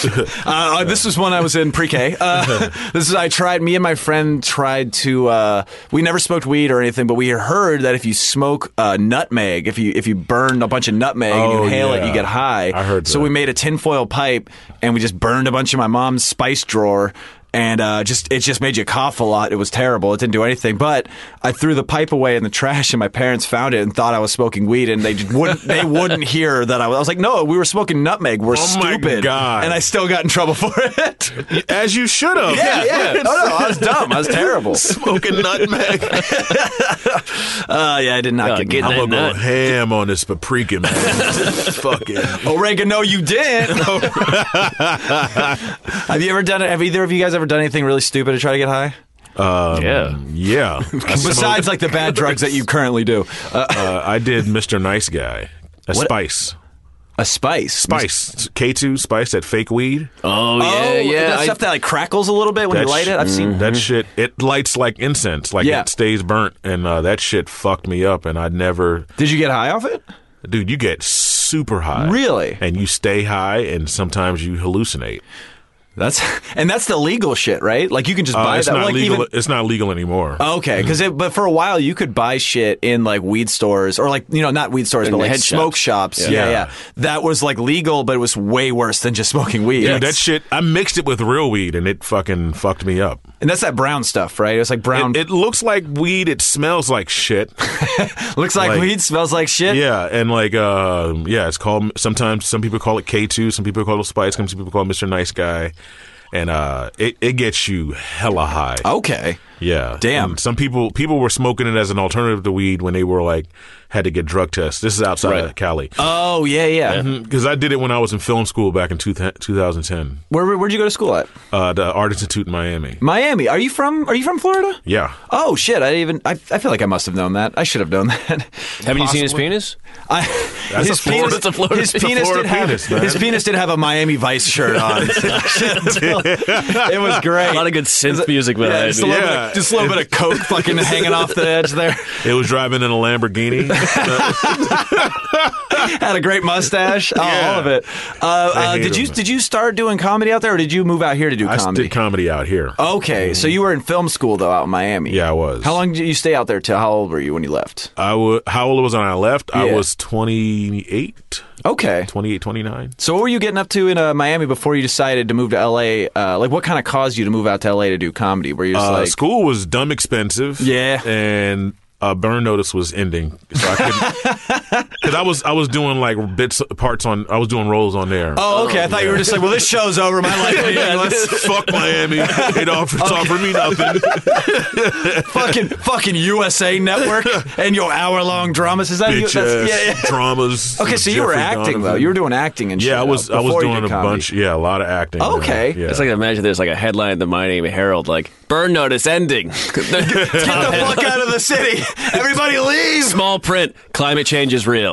Uh, uh, this was when I was in pre-K. Uh, [LAUGHS] this is I tried. Me and my friend tried to. Uh, we never smoked weed or anything, but we heard that if you smoke uh, nutmeg, if you if you burn a bunch of nutmeg and you Oh, inhale it, yeah. you get high. I heard So that. we made a tinfoil pipe and we just burned a bunch of my mom's spice drawer. And uh, just it just made you cough a lot. It was terrible. It didn't do anything. But I threw the pipe away in the trash, and my parents found it and thought I was smoking weed, and they just wouldn't they wouldn't hear that I was. I was like, no, we were smoking nutmeg. We're Oh my stupid. God. And I still got in trouble [LAUGHS] for it. As you should have. yeah. Oh, no, I was dumb. I [LAUGHS] was terrible. [LAUGHS] Smoking nutmeg. Uh, yeah, I did not Uh, get get getting that I'm gonna nut. go ham on this paprika, [LAUGHS] man. Fucking. Oregano, you did. [LAUGHS] Oh. have you ever done it? Have either of you guys ever done anything really stupid to try to get high? Um, Yeah. [LAUGHS] Yeah. I Besides, like the bad drugs that you currently do, uh, Uh, I did Mr. Nice Guy. A spice. a spice, Spice. K2 spice, that fake weed. Oh yeah, Oh, yeah. that I- stuff that like crackles a little bit when That you light sh- it. I've seen. Mm-hmm. That shit, it lights like incense. Like Yeah. it stays burnt. And uh, that shit fucked me up. And I never. Did you get high off it? Dude, you get super high. Really? And you stay high, and sometimes you hallucinate. That's and that's the legal shit, right? Like you can just Uh, buy it's that. not like legal. even- Oh, it's not legal anymore. Okay, because but for a while you could buy shit in like weed stores or like you know not weed stores In but the like head smoke shops. Yeah. yeah, Yeah. That was like legal, but it was way worse than just [LAUGHS] smoking weed. Dude, that shit. I mixed it with real weed, and it fucking fucked me up. and that's that brown stuff, right? It's like brown. It, it looks like weed. It smells [LAUGHS] like shit. looks like, like- weed, smells like shit. yeah, and like, uh, yeah, it's called. Sometimes some people call it K two. Some people call it Spice. Some people call it Mister Nice Guy. And uh, it it gets you hella high. Okay. yeah, Uh, damn. And some people people were smoking it as an alternative to weed when they were like had to get drug tests. This is outside of Right. Cali Oh yeah, yeah. because I did it when I was in film school back in two, 2010. Where where'd you go to school at? Uh, the Art Institute in Miami. Miami. Are you from? Are you from Florida? Yeah. Oh shit! I didn't even. I, I feel like I must have known that. I should have known [LAUGHS] that. Haven't you seen his penis? I, That's his a Florida- penis, that's a Florida- his it's a penis Florida did have penis, man. his penis did have a Miami Vice shirt [LAUGHS] on. it was great. A lot of good synth music behind Yeah, just a it. little, bit Yeah. of, just a little bit of coke [LAUGHS] fucking hanging off the edge there. It was driving in a Lamborghini. [LAUGHS] Had a great mustache, oh, Yeah. all of it. Uh, uh, hate did you him. did you start doing comedy out there, or did you move out here to do I s- comedy? did comedy out here. okay, so you were in film school though out in Miami. Yeah, I was. How long did you stay out there? Till how old were you when you left? I was how old was I when I left? I Yeah. was 28, Okay. 28, 29. So what were you getting up to in uh, Miami before you decided to move to LA? Uh, like, what kind of caused you to move out to LA to do comedy? Were you just Uh, like, school was dumb expensive. Yeah. and uh, burn notice was ending, so I couldn't. [LAUGHS] Because I was I was doing like bits parts on I was doing roles on there. [LAUGHS] oh, okay, I thought you were just like, well, this show's over. My life is meaningless. Fuck Miami! It offered, it's offered [LAUGHS] me nothing. fucking fucking USA [LAUGHS] Network and your hour long dramas. Is that you? Bitch ass yeah, yeah. dramas. Okay, so you were Jeffrey acting though. Donovan. You were doing acting and shit. yeah, I was though, I was before you doing did a comedy. bunch. Yeah, a lot of acting. uh, Okay. yeah. It's like imagine there's like a headline in the My Name Herald like burn notice ending. [LAUGHS] Get [LAUGHS] the fuck out of the city! Everybody leave! Small print. Climate change is real.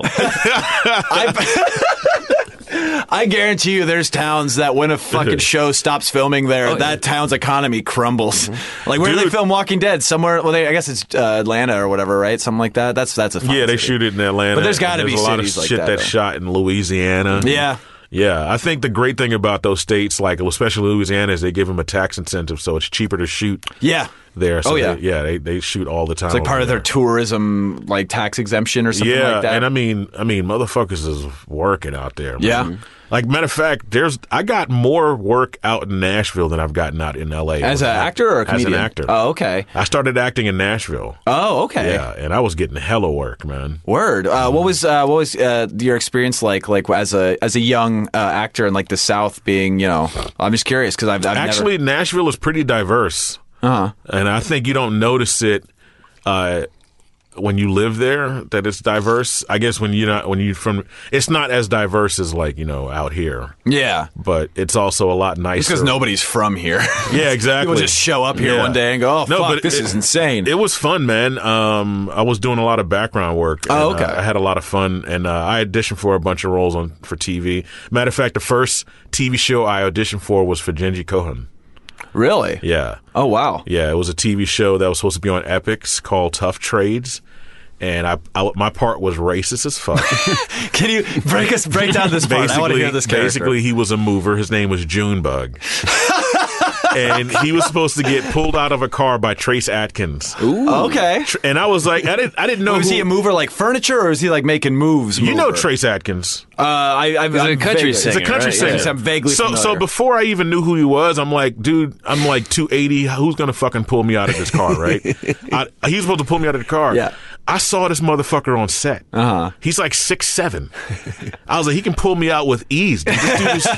I, [LAUGHS] I guarantee you, there's towns that when a [LAUGHS] fucking show stops filming there, that town's economy crumbles. Like where do they Oh, Mm-hmm. Dude. film Walking Dead? Somewhere? Well, they, I guess it's uh, Atlanta or whatever, right? Something like that. That's that's a fun Yeah, they city. shoot it in Atlanta. But there's gotta and be a lot of cities like shit that, that's though. shot in Louisiana. Yeah. Yeah, I think the great thing about those states, like especially Louisiana, is they give them a tax incentive, so it's cheaper to shoot Yeah. there. So Oh, yeah. they, yeah, they, they shoot all the time. It's like part over of their there. tourism, like tax exemption or something Oh, yeah, like that. and I mean, I mean, motherfuckers is working out there. man. Yeah. like matter of fact, there's I got more work out in Nashville than I've gotten out in L.A. as an actor or a as comedian? an actor. Oh, okay. I started acting in Nashville. Oh, okay. Yeah, and I was getting hella work, man. Word. Uh, what was uh, what was uh, your experience like, like as a as a young uh, actor in like the South? Being, you know, I'm just curious because I've, I've Actually, Nashville is pretty diverse, never, uh and I think you don't notice it uh, when you live there that it's diverse. I guess when you're not when you from it's not as diverse as like you know out here, Yeah. but it's also a lot It's nicer. because nobody's from [LAUGHS] here. yeah, exactly. People just show up here Yeah. one day and go, oh, No, fuck, but this it- is insane. It was fun, man. Um, I was doing a lot of background work. Oh, and, uh, okay. I had a lot of fun, and uh, I auditioned for a bunch of roles on for TV. Matter of fact, the first TV show I auditioned for was for Genji Cohen. really? Yeah, Oh, wow. yeah. It was a TV show that was supposed to be on Epics called Tough Trades, and I, I my part was racist as [LAUGHS] fuck. Can you break us break down this part? I want to hear this character. basically, he was a mover. His name was [LAUGHS] Junebug. and he was supposed to get pulled out of a car by Trace Atkins. okay. Tr- And I was like, I didn't, I didn't know. Was who- he a mover like furniture, or is he like making moves? You know mover? Trace Atkins. Uh, I, a I, I'm country vaguely- singer, He's a country right? singer. Yeah. I'm vaguely so, so familiar. before I even knew who he was, I'm like, dude, I'm like 280. Who's gonna fucking pull me out of this car, [LAUGHS] right? I, he's supposed to pull me out of the car. Yeah. I saw this motherfucker on set. Uh-huh. He's like six seven. I was like, he can pull me out with ease. dude. This [LAUGHS] dude is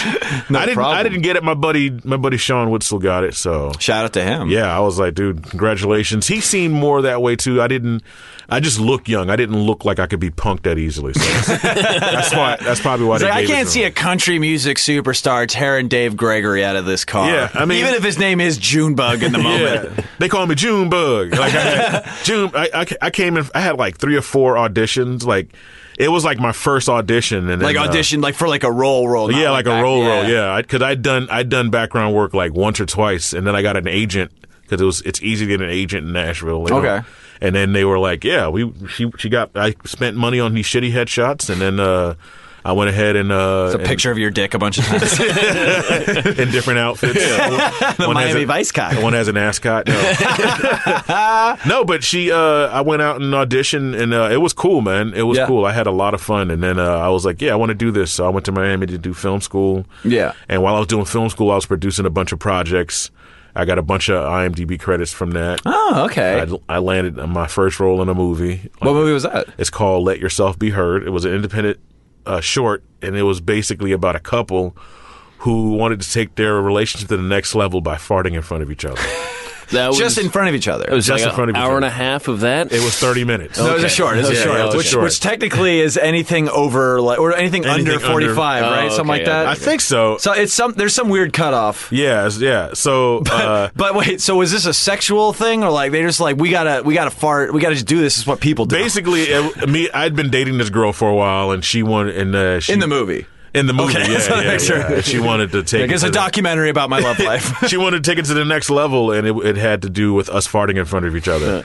huge. No I didn't. I problem. didn't get it. My buddy, my buddy Sean Witzel got it. So Shout out to him. yeah, I was like, dude, congratulations. He seemed more that way too. I didn't. I just looked young. I didn't look like I could be punked that easily. So that's why. That's probably why. It's They like, I gave it can't to see him. a country music superstar tearing Dave Gregory out of this car. Yeah, I mean- even if his name is Junebug in the moment. [LAUGHS] Yeah, they call me June Bug. Like I [LAUGHS] had, June, I, I, I came in. I had like three or four auditions. Like it was like my first audition, and Like then, uh, audition, like for like a roll roll. not yeah, like a back- roll roll. Yeah, because I'd done I'd done background work like once or twice, and then I got an agent because it was it's easy to get an agent in Nashville. you know. Okay. and then they were like, yeah, we she she got I spent money on these shitty headshots, and then uh, I went ahead and uh, It's a picture of your dick a bunch of times. [LAUGHS] in, in different outfits. the One has Miami a- Vice cock. One has an ascot. No, [LAUGHS] no but she, uh, I went out and auditioned, and uh, it was cool, man. It was Yeah. cool. I had a lot of fun, and then uh, I was like, yeah, I want to do this. So I went to Miami to do film school. Yeah. And while I was doing film school, I was producing a bunch of projects. I got a bunch of IMDb credits from that. Oh, okay. I, I landed my first role in a movie. what movie was that? It's called Let Yourself Be Heard. It was an independent uh, short, and it was basically about a couple who wanted to take their relationship to the next level by farting in front of each other. That was, Just in front of each other. it was just like in front an of each hour other. and a half of that. It was 30 minutes. No, it was a Okay. short. It was a Yeah, short, yeah, it was which, a short. which technically is anything over like or anything, Anything under under- forty five, Oh, right? Something okay, like that. I think so. so it's some there's some weird cutoff. yeah, it's- yeah. So, uh, But wait, so is this a sexual thing or like they just like we gotta we gotta fart we gotta just do this is what people do basically, it, me, I'd been dating this girl for a while, and she wanted, and uh, she, in the movie? in the movie, Okay, yeah, just wanna yeah, make sure. yeah. She wanted to take. Like it it's a to the- documentary about my love [LAUGHS] life. [LAUGHS] she wanted to take it to the next level, and it, it had to do with us farting in front of each other.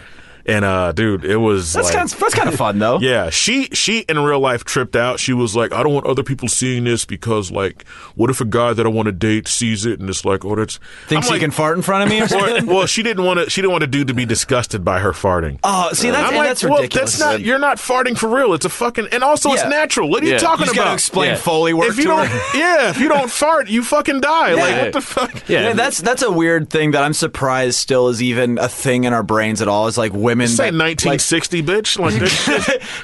And uh, dude, it was that's like, kind of, that's kind of fun though. Yeah, she she in real life tripped out. She was like, I don't want other people seeing this because like, what if a guy that I want to date sees it and it's like, oh, that's Thinks I'm he can like- fart in front of me [LAUGHS] or Or- something. well, she didn't want to. She didn't want a dude to be disgusted by her farting. Oh, see that's, I'm and like, that's well, ridiculous. that's not. You're not farting for real. It's a fucking. And also, it's Yeah. natural. What are Yeah. you you talking just about? gotta explain Yeah. Foley work if you to don't, her. yeah, if you don't fart, you fucking die. Like what the [LAUGHS] fuck? Yeah, Yeah. that's that's a weird thing that I'm surprised still is even a thing in our brains at all. Is like women Say that- 1960, bitch. Like this.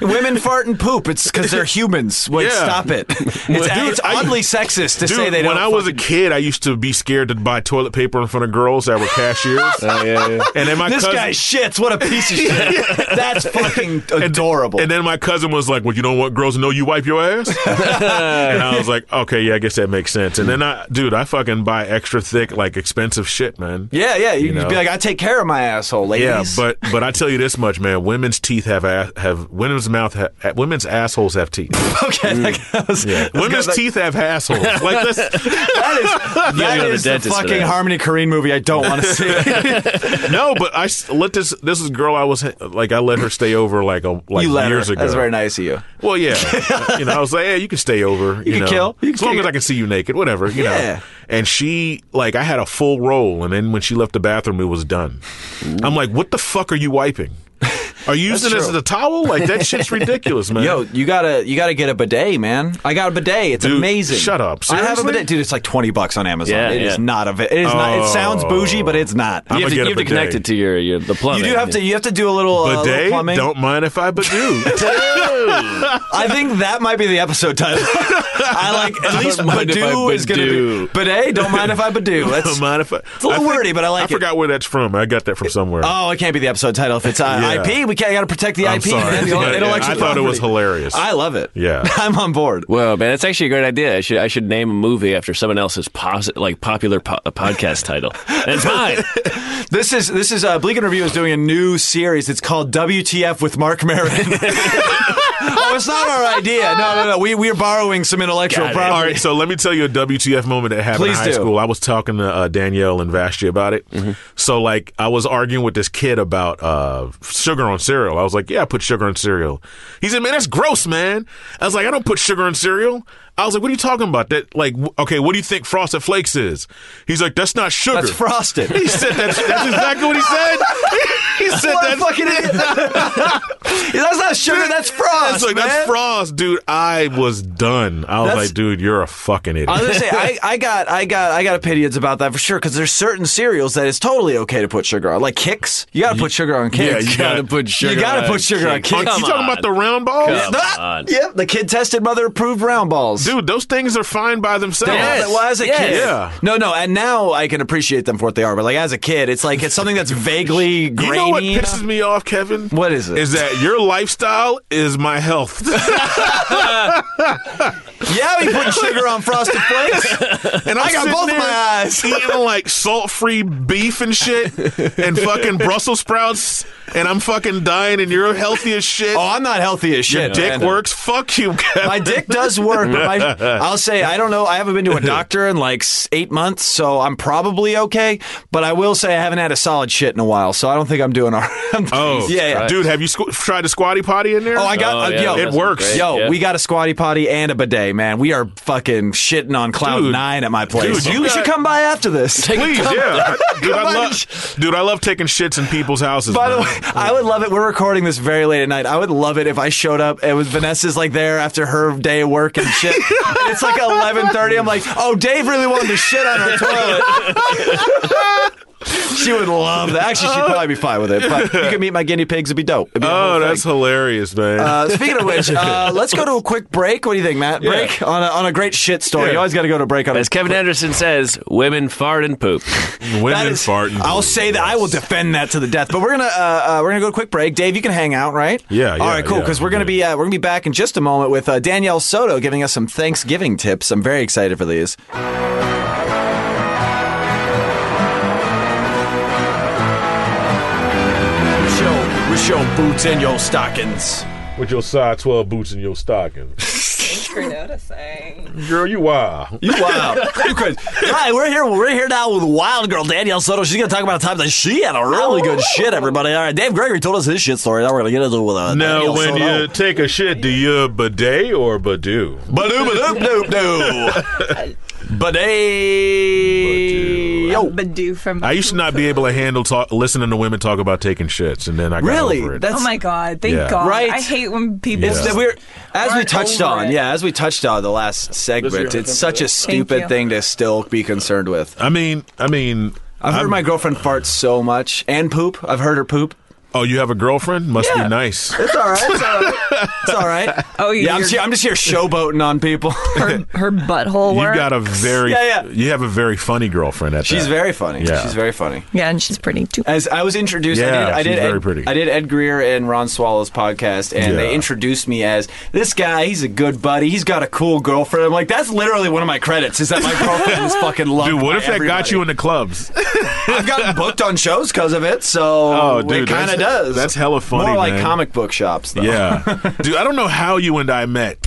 [LAUGHS] women fart and poop. It's because [LAUGHS] they're humans. Wait, Yeah. stop [LAUGHS] it. It's, dude, it's I- oddly sexist to Dude, say they when don't. I was a fucking- kid, I used to be scared to buy toilet paper in front of girls that were [LAUGHS] cashiers. Oh, And then my this cousin, guy shits. What a piece [LAUGHS] of shit. That's fucking adorable. And then my cousin was like, "Well, you don't want girls to know you wipe [LAUGHS] your ass." and I was like, "Okay, yeah, I guess that makes sense." And then I, dude, I fucking buy extra thick, like expensive shit, man. yeah, yeah. You, You can know. be like, I take care of my asshole, Yeah, ladies. but but I tell you this much, man. Women's teeth have ass, have women's mouth ha, women's assholes [LAUGHS] have teeth. [LAUGHS] okay, that was, Mm. Yeah. Women's that- teeth have assholes. [LAUGHS] Like this. [LAUGHS] That is go that to the is the, dentist for fucking that. Harmony Korine movie. I don't want to [LAUGHS] see. [LAUGHS] No, but I s- let this this is girl I was like I let her stay over like a like you let years her. ago. That's very nice of you. Well, yeah, [LAUGHS] you know, I was like, yeah, you can stay over. You, can know, kill. You as can long kick as it. I can see you naked, whatever. You Yeah. know. And she, like, I had a full roll, and then when she left the bathroom, it was done. I'm like, what the fuck are you wiping? [LAUGHS] Are you using this true. as a towel? Like that shit's ridiculous, man. Yo, you gotta you gotta get a bidet, man. I got a bidet. It's Dude, amazing. shut up. I have a Seriously? bidet, dude. It's like twenty bucks on Amazon. Yeah, It is yeah. not a. vi- It is not. It sounds Oh. bougie, but it's not. I'm you have, to, gonna get you a have to connect bidet. it to your, your the You plumbing. do have to. You have to do a little, uh, bidet. little plumbing. Don't mind if [LAUGHS] I do. I think that might be the episode [LAUGHS] title. I like at least mind if I Badoo is gonna be badoo. bidet. Don't mind if I Badoo. That's [LAUGHS] don't mind if I. It's a little wordy, but I like I it. forgot where that's from. I got that from somewhere. oh, it can't be the episode title if it's uh, Yeah. IP. We we can't. Got to protect the I'm IP. sorry. man, the Yeah, intellectual I thought it was property. hilarious. I love it. Yeah. [LAUGHS] I'm on board. Well, man, that's actually a great idea. I should I should name a movie after someone else's pos- like popular po- podcast title. [LAUGHS] That's mine. This is this is uh, Bleak and Review is doing a new series. It's called WTF with Mark Maron. [LAUGHS] oh, it's not our idea. No, no, no. We we're borrowing some intellectual Got it. property. All right, so let me tell you a WTF moment that happened Please in high do. Mm-hmm. school. I was talking to uh, Danielle and Vashti about it. So, like, I was arguing with this kid about uh, sugar on cereal. I was like, "Yeah, I put sugar on cereal." He said, "Man, that's gross, man." I was like, "I don't put sugar on cereal." I was like, "What are you talking about? That like, w- okay, what do you think Frosted Flakes is?" He's like, "That's not sugar." That's frosted. [LAUGHS] he said that's, that's exactly what he said. [LAUGHS] he said What a that's fucking [LAUGHS] idiot. [LAUGHS] that's not sugar. That's frost. That's like man. that's frost, dude. I was done. I was That's- like, dude, you're a fucking idiot. I was gonna say I, I got I got I got opinions about that for sure because there's certain cereals that it's totally okay to put sugar on like kicks you gotta put sugar on yeah, kicks you gotta put you sugar gotta on put sugar on Kix. kicks Aren't you Come talking on. about the round balls? Come No, on. yep the kid tested mother approved round balls Dude, those things are fine by themselves. Well, Yes. that- well, as a Yes. kid, Yeah. no, no, and now I can appreciate them for what they are. But like as a kid, it's like it's something that's vaguely grainy. You know what and- pisses me off, Kevin? What is it? Is that your lifestyle is my health. [LAUGHS] yeah, we put sugar on frosted flakes. And I'm I got sitting both of there my eyes. [LAUGHS] eating like salt free beef and shit and fucking Brussels sprouts and I'm fucking dying and you're healthy as shit. Oh, I'm not healthy as shit. your dick man. works. Fuck you, Kevin. My dick does work, but my, I'll say I don't know. I haven't been to a doctor in like s- eight months, so I'm probably okay. But I will say I haven't had a solid shit in a while, so I don't think I'm doing all right. [LAUGHS] [LAUGHS] oh, yeah, yeah. Dude, have you squ- tried a squatty potty in there? Oh, I got Oh, uh, yeah, yo. that It sounds works. great. Yo, Yeah. we got a squatty potty and a bidet, man. We are fucking shitting on cloud Dude. nine at my place. Dude, you you should got- come by after this. Please, yeah. [LAUGHS] Dude I, on. love, dude, I love taking shits in people's houses. By the man. way, I would love it. We're recording this very late at night. I would love it if I showed up and was Vanessa's like there after her day of work and shit. and it's like eleven thirty. I'm like, oh, Dave really wanted to shit on her toilet. [LAUGHS] she would love that. Actually, she'd probably be fine with it. But you could meet my guinea pigs. It'd be dope. It'd be a [LAUGHS] Oh, whole that's thing. hilarious, man. Uh, speaking of which, uh, let's go to a quick break. What do you think, Matt? Break on a, on a great shit story. Yeah. You always got to go to break on a As Kevin Anderson says, women fart and poop. Women That is- I'll say that I will defend that to the death. But we're gonna uh, uh, we're gonna go to a quick break. Dave, you can hang out, right? Yeah, All yeah, right. Cool. yeah, Because we're gonna yeah. be uh, we're gonna be back in just a moment with uh, Danielle Soto giving us some Thanksgiving tips. I'm very excited for these. We're showing boots in your stockings. With your size 12 boots and your stockings. Thanks for noticing. Girl, you wild. You [LAUGHS] wild. You crazy. Right, we're here. We're here now with Wild Girl Danielle Soto. She's gonna talk about a time that she had a really good shit. Everybody, all right. Dave Gregory told us his shit story. Now we're gonna get into it with uh, Now, Danielle when Soto. [LAUGHS] you take a shit, do you bidet or badoo? Badoo, badoop, doop, doo. Bidet. uh, Yo. Badoo from. I used to not be able to handle talk, listening to women talk about taking shits, and then I got over Really? it. That's oh my god! Thank Yeah. God. Right. I hate when people. It's It's that we're as we Aren't touched over on, it. yeah, as we touched on the last segment. It's such a stupid you. thing to still be concerned with. I mean, I mean, I've heard I'm- my girlfriend fart so much and poop. I've heard her poop. oh, you have a girlfriend? Must Yeah. be nice. It's all right. It's all [LAUGHS] right. It's all right. Oh, you- yeah. I'm, you're- see- I'm just here showboating on people. [LAUGHS] her, her butthole You work. got a very, Yeah, yeah. you have a very funny girlfriend. At She's that. very funny. Yeah. She's very funny. yeah, and she's pretty too. As I was introduced, Yeah, I did. I she's did very Ed, pretty. I did Ed Greer and Ron Swallow's podcast, and they Yeah. introduced me as this guy. He's a good buddy. He's got a cool girlfriend. I'm like, that's literally one of my credits. Is that my girlfriend is fucking loved? Dude, what by if that got everybody. you in the clubs? I've gotten booked on shows because of it. So Oh, it dude, kind that's- of does. that's hella funny, More like man. comic book shops, though. [LAUGHS] yeah, dude, I don't know how you and I met.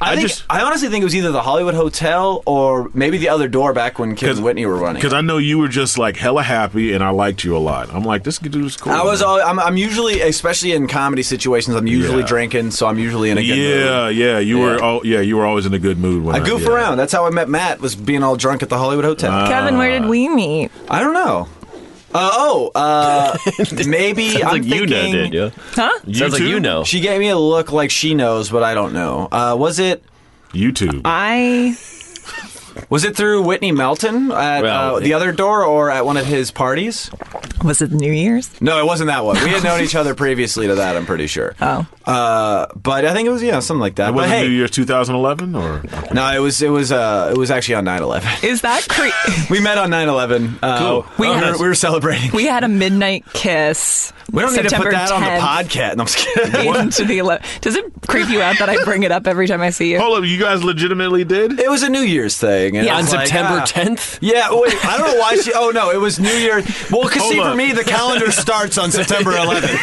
I, think, just I honestly think it was either the Hollywood Hotel or maybe the other door back when Kid and Whitney were running. Because I know you were just like hella happy, and I liked you a lot. I'm like, this dude is cool. I was. All, I'm, I'm usually, especially in comedy situations, I'm usually Yeah. drinking, so I'm usually in a good mood. yeah, yeah. You were, all, yeah, you were always in a good mood. When I goof yeah. Uh-huh. around. That's how I met Matt. Was being all drunk at the Hollywood Hotel. Kevin, where did we meet? I don't know. Uh, oh, [LAUGHS] uh, maybe I'm like you know, thinking- did you? Huh? Sounds like too? you know. She gave me a look like she knows, but I don't know. Uh, was it YouTube. Uh, I was it through Whitney Melton at Well, uh, the other door or at one of his parties? Was it New Year's? No, it wasn't that one. We had known each other previously to that. I'm pretty sure. Oh. uh, but I think it was yeah, something like that. It But wasn't New hey, Year's [LAUGHS] 2011 or no, it was it was uh, it was actually on 9/11. Is that [LAUGHS] cre- [LAUGHS] We met on 9/11. Uh, Cool. We, Oh, were, nice. we were celebrating. We had a midnight kiss. We don't September need to put that on 10th. the podcast. No, I'm just [LAUGHS] kidding. Into the ele- Does it creep you out that I bring it up every time I [LAUGHS] Oh. see you? Hold up, you guys legitimately did? It was a New Year's thing. and Yeah. I on was like, September ah. 10th. Yeah, wait. I don't know why she. Oh no, it was New Year's. Well, because see, Hold for up. me, the calendar starts on September 11th.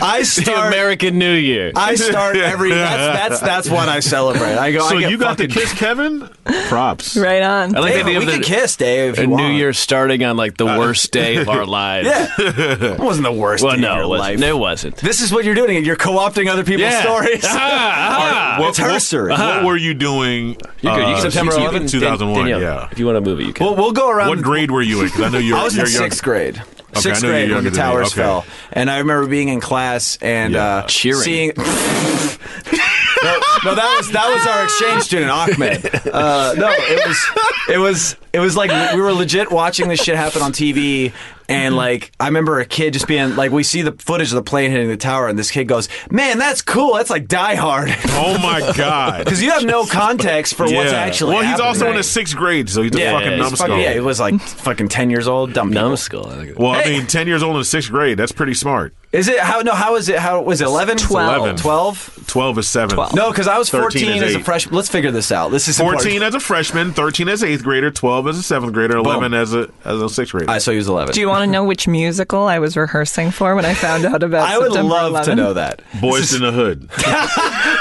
I [LAUGHS] The start. American New Year. I start every. That's that's that's what I celebrate. I go. So I get you got to fucking, kiss Kevin? Props. Right on. I like Dave, the idea we of can the- kiss, Dave. If a you New want. Year starting on like the worst day of [LAUGHS] our lives. Yeah. It wasn't the worst Well, day of no, your it wasn't. life. No, it wasn't. This is what you're doing. and You're co-opting other people's Yeah. [LAUGHS] stories. [LAUGHS] Ah, ah. It's her story. What were you doing? You're good. You uh, can September you can- 11th, Dan- 2001, Danielle, yeah. If you want a movie, you can. Well, we'll go around. What grade were you in? Because I [LAUGHS] know you're. I was you're in young. sixth grade. I sixth know you're grade when younger the than me. towers Okay. fell, and I remember being in class and Yeah. uh, Cheering. [LAUGHS] Seeing, [LAUGHS] no, no, that was that was our exchange student [LAUGHS] Ahmed. Uh, no, it was it was it was like we were legit watching this shit happen on TV. Mm-hmm. And like, I remember a kid just being like, we see the footage of the plane hitting the tower, and this kid goes, "Man, that's cool. That's like Die [LAUGHS] Hard." Oh my [LAUGHS] god. Because you have no context for what's actually. Well, he's also in happening. the sixth grade, so he's a Yeah, fucking yeah, he's Fuck, numbskull. yeah, he was like fucking ten years old. Dumb. people. numbskull. I think. Well, Hey. I mean, ten years old in sixth grade. That's pretty smart. Is it how? No, how is it? How was it? Eleven. Twelve. 11. 12? Twelve is seven. Twelve. No, because I was 13 fourteen is as a eight. freshman. Let's figure this out. This is Fourteen important. as a freshman, thirteen as eighth grader, twelve as a seventh grader, eleven as a as a sixth grader. I saw you Ah, was eleven. Do you want to know which musical I was rehearsing for when I found out about I would September love to 11th? know that. Boys in the Hood. [LAUGHS]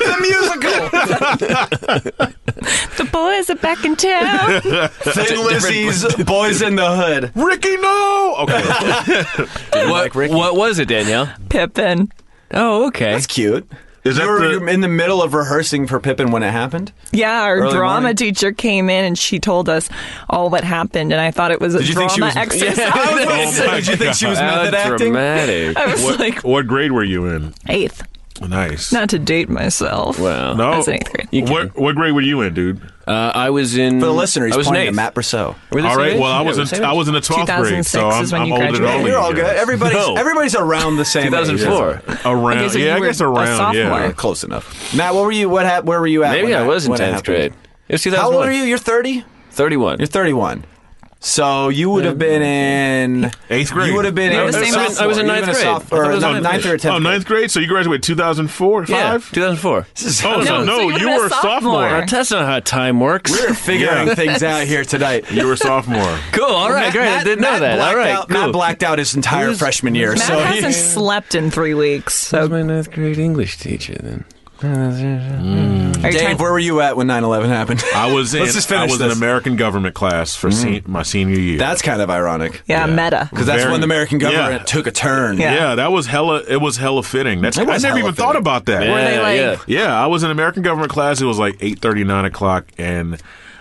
the musical. The boys are back in town. [LAUGHS] [LAUGHS] Thin [LAUGHS] Lizzy's Boys in the Hood. Ricky, no. Okay. What, what was it, Danielle? Pippin. Oh, okay. That's cute. Is you that were the- you were in the middle of rehearsing for Pippin when it happened? Yeah, our Early drama morning. teacher came in and she told us all what happened, and I thought it was a Did you drama think she was- [LAUGHS] exercise. Yeah. was gonna Oh [LAUGHS] my did you think she was How method acting? [LAUGHS] dramatic. I was like what, [LAUGHS] what grade were you in? eighth. Nice. Not to date myself. wow. no. I was in eighth grade. You What what grade were you in, dude? Uh, I was in. For the listener, he's I was in playing to eighth. Matt Brousseau. Were they All the right. same Well, age? I Yeah, was we're the in same I age. was in the twelfth grade, 2006 so I'm, is when I'm you older than graduated. all We're You're you all good. guys. Everybody's No. everybody's around the same. age. 2004. Around, Okay, so yeah, you I were guess a around, sophomore. yeah. Close enough. Matt, what were you? What hap- Where were you at? Maybe when I that- was in when it 10th happened? grade. It was 2001. How old are you? You're thirty. 31. You're 31. So you would have been in Eighth grade. You would have been They were in the same sophomore. age. I was in You ninth would've been a grade. sophomore- I thought it was or ninth ninth or grade. tenth. Oh, ninth grade. So you graduated 2004, yeah, five. 2004. Oh No, no, so you no, would've you been a were a sophomore. sophomore. That's not how time works. [LAUGHS] We're figuring Yeah. things out here tonight. You were a sophomore. cool. All right, [LAUGHS] Matt- great. I Matt- didn't know Matt that. All blacked right, out- cool. Matt blacked out his entire Who's- freshman year. Matt so hasn't slept in three weeks. So my ninth grade English teacher then. are you Dave, trying- where were you at when 9/11 [LAUGHS] happened? I was in. Let's just finish I was in this. American government class for se- my senior year. That's kind of ironic. Yeah. yeah, meta. Because that's Very- when the American yeah. government took a turn. Yeah. yeah. that was hella. It was hella fitting. That's. I It was never hella even thought fitting. about that. yeah, they like- yeah. Yeah, I was in American government class. It was like eight thirty, nine o'clock, and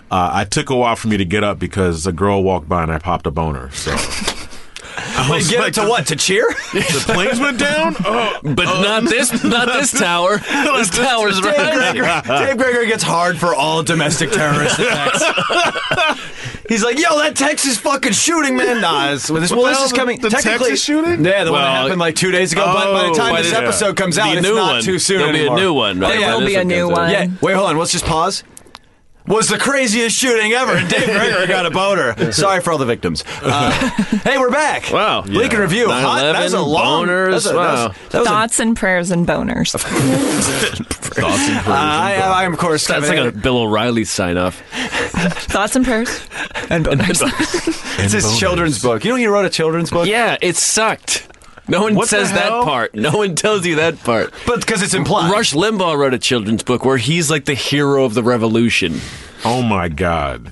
uh, I took a while for me to get up because a girl walked by and I popped a boner. [LAUGHS] So. I Wait, was get like, it to what? To cheer? [LAUGHS] The planes [LAUGHS] went down. Oh, But um, not this, not this tower. this tower's Oh, right. Dave Gregory, [LAUGHS] Dave Gregory gets hard for all domestic terrorist attacks. He's like, yo, that Texas fucking shooting, man. Nah, it's, this, well, the this hell, is coming. the technically- Texas shooting? Yeah, the one that Well, happened like two days ago. but by the oh, time by this the- episode comes out, the it's new not one. too soon There'll be a anymore. new one, right? There There yeah, will this be a one new goes out. one. Yeah, wait, hold on. Let's just pause. Was the craziest shooting ever, [LAUGHS] and Dave Gregory got a boner. Sorry for all the victims. Uh, hey, we're back. Wow. Bleak and Yeah. Review. Hot. That was a 9/11, long. that was a- that boners, was- wow. That was a- Thoughts and prayers and boners. Thoughts and prayers. I, I am, of course, That's like a Bill O'Reilly sign off. Thoughts [LAUGHS] and prayers [LAUGHS] and boners. It's his children's book. You know he wrote a children's book? Yeah, it sucked. No one What the says that hell? part. No one tells you that part. But because it's implied. Rush Limbaugh wrote a children's book where he's like the hero of the revolution. Oh my god.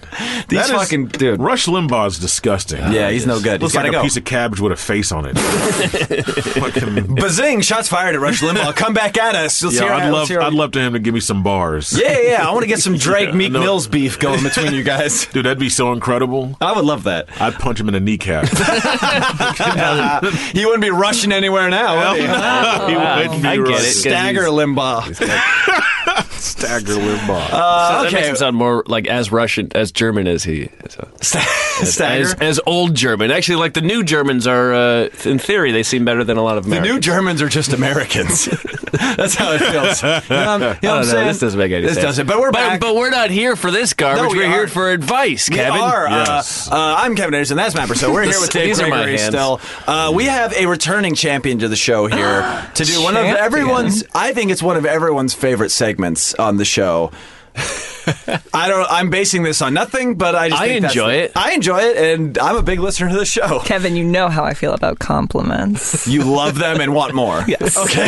These That is- fucking- dude. Rush Limbaugh's disgusting. Yeah, he's no good. Looks He's gotta like a go. piece of cabbage with a [LAUGHS] face on it. Fucking- Bazing! Shots fired at [LAUGHS] Rush Limbaugh. Come back at us. Let's Yeah, hear I'd let's love hear- I'd love to him to give me some bars. Yeah, yeah, yeah. I want to [LAUGHS] get some Drake Meek no. Mills beef going between you guys. [LAUGHS] Dude, that'd be so incredible. I would [LAUGHS] love that. I'd punch him in [LAUGHS] the kneecap. [LAUGHS] He wouldn't be rushing [LAUGHS] anywhere now. Would he? He would [LAUGHS] be I get it. [LAUGHS] right. Stagger Limbaugh. Stagger with boss. So That Uh, makes okay. him sound more like as Russian, as German as he. So, [LAUGHS] Stagger. as, as old German. Actually, like the new Germans are, uh, in theory, they seem better than a lot of [LAUGHS] The Americans. new Germans are just Americans. [LAUGHS] That's how [LAUGHS] it feels. You know, you know what I I'm don't know, saying? Oh, this doesn't make any This sense. doesn't. But we're back. But, we're not here for this garbage. we we're here aren't. for advice, We Kevin. are. uh, Yes. Uh, I'm Kevin Anderson. That's Matt Purcell. [LAUGHS] We're here with Dave These are my Gregory hands. still. Uh, we have a returning champion to the show here [GASPS] to do one of Champion. everyone's. I think it's one of everyone's favorite segments on [LAUGHS] the show. I don't. I'm basing this on nothing, but I just I think that's enjoy the- it. I enjoy it, and I'm a big listener to [LAUGHS] the show. Kevin, you know how I feel [LAUGHS] about compliments. You love them and want more. Yes. Okay.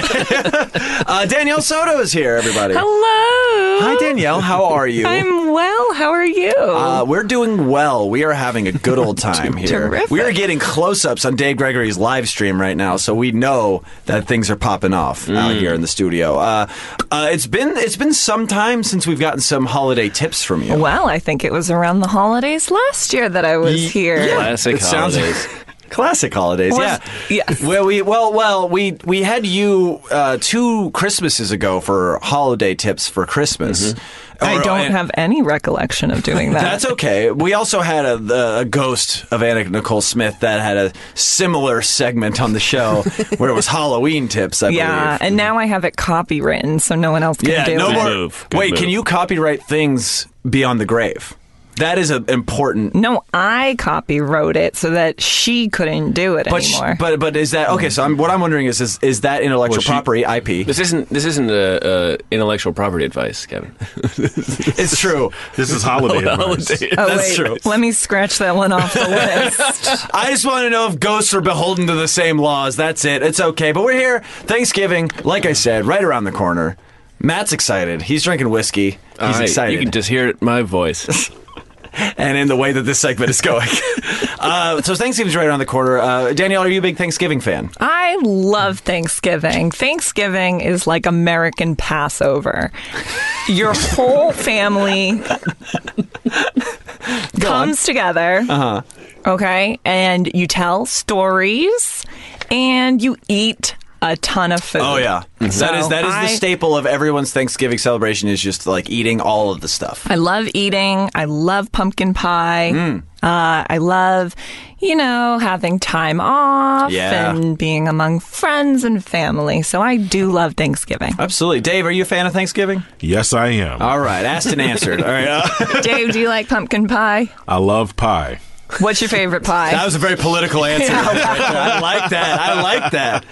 [LAUGHS] uh, Danielle Soto is here, everybody. Hello. Hi, Danielle. How are you? I'm well. How are you? Uh, we're doing well. We are having a good [LAUGHS] old time here. Terrific. We are getting close ups on Dave Gregory's live stream right now, so we know that things are popping off out Mm. here in the studio. Uh, uh, it's been it's been some time since we've gotten some holiday tips from you. well, I think it was around the holidays last year that I was here. Yeah, Classic it sounds- holidays. [LAUGHS] Classic holidays, Was- yeah. yes. Well, we well well we we had you uh, two Christmases ago for holiday tips for Christmas. Mm-hmm. I Or- uh, don't Oh, and- have any recollection [LAUGHS] of doing that. That's okay. We also had a, the, a ghost of Anna Nicole Smith that had a similar segment on the [LAUGHS] show where it was Halloween tips. I yeah, believe. and now I have it copywritten, so no one else can yeah, do no it. more. move. Good Wait, move. can you copyright things beyond the grave? That is an important. No, I copywrote it so that she couldn't do it But, sh- anymore. but but is that okay? So I'm, what I'm wondering is is, is that intellectual property [LAUGHS] IP? This isn't this isn't uh, uh, intellectual property advice, Kevin. It's true. this is holiday [LAUGHS] advice. oh that's wait, true. let me scratch that one [LAUGHS] off the list. I just want to know if ghosts are beholden to the same laws. That's it. It's okay. But we're here. Thanksgiving, like I said, right around the corner. Matt's excited. He's drinking whiskey. He's All right, excited. You can just hear it in my [LAUGHS] voice. and in the way that this segment is [LAUGHS] going. uh, so Thanksgiving's right around the corner. Uh, Danielle, are you a big Thanksgiving fan? I love Thanksgiving. Thanksgiving is like American Passover. Your whole family comes together. Uh-huh. Okay, and you tell stories and you eat a ton of food. Oh, that is that is I- the staple of everyone's Thanksgiving celebration is just like eating all of the stuff. I love eating. I love pumpkin pie. Hmm. Uh, I love, you know, having time off Yeah. and being among friends and family. So I do love [LAUGHS] Thanksgiving. Absolutely, Dave. Are you a fan of Thanksgiving? Yes, I am. All right, asked and answered. All right, [LAUGHS] uh, Dave, do you like pumpkin pie? I love pie. What's your favorite that pie? was a very political answer. right there. I like that. I like that.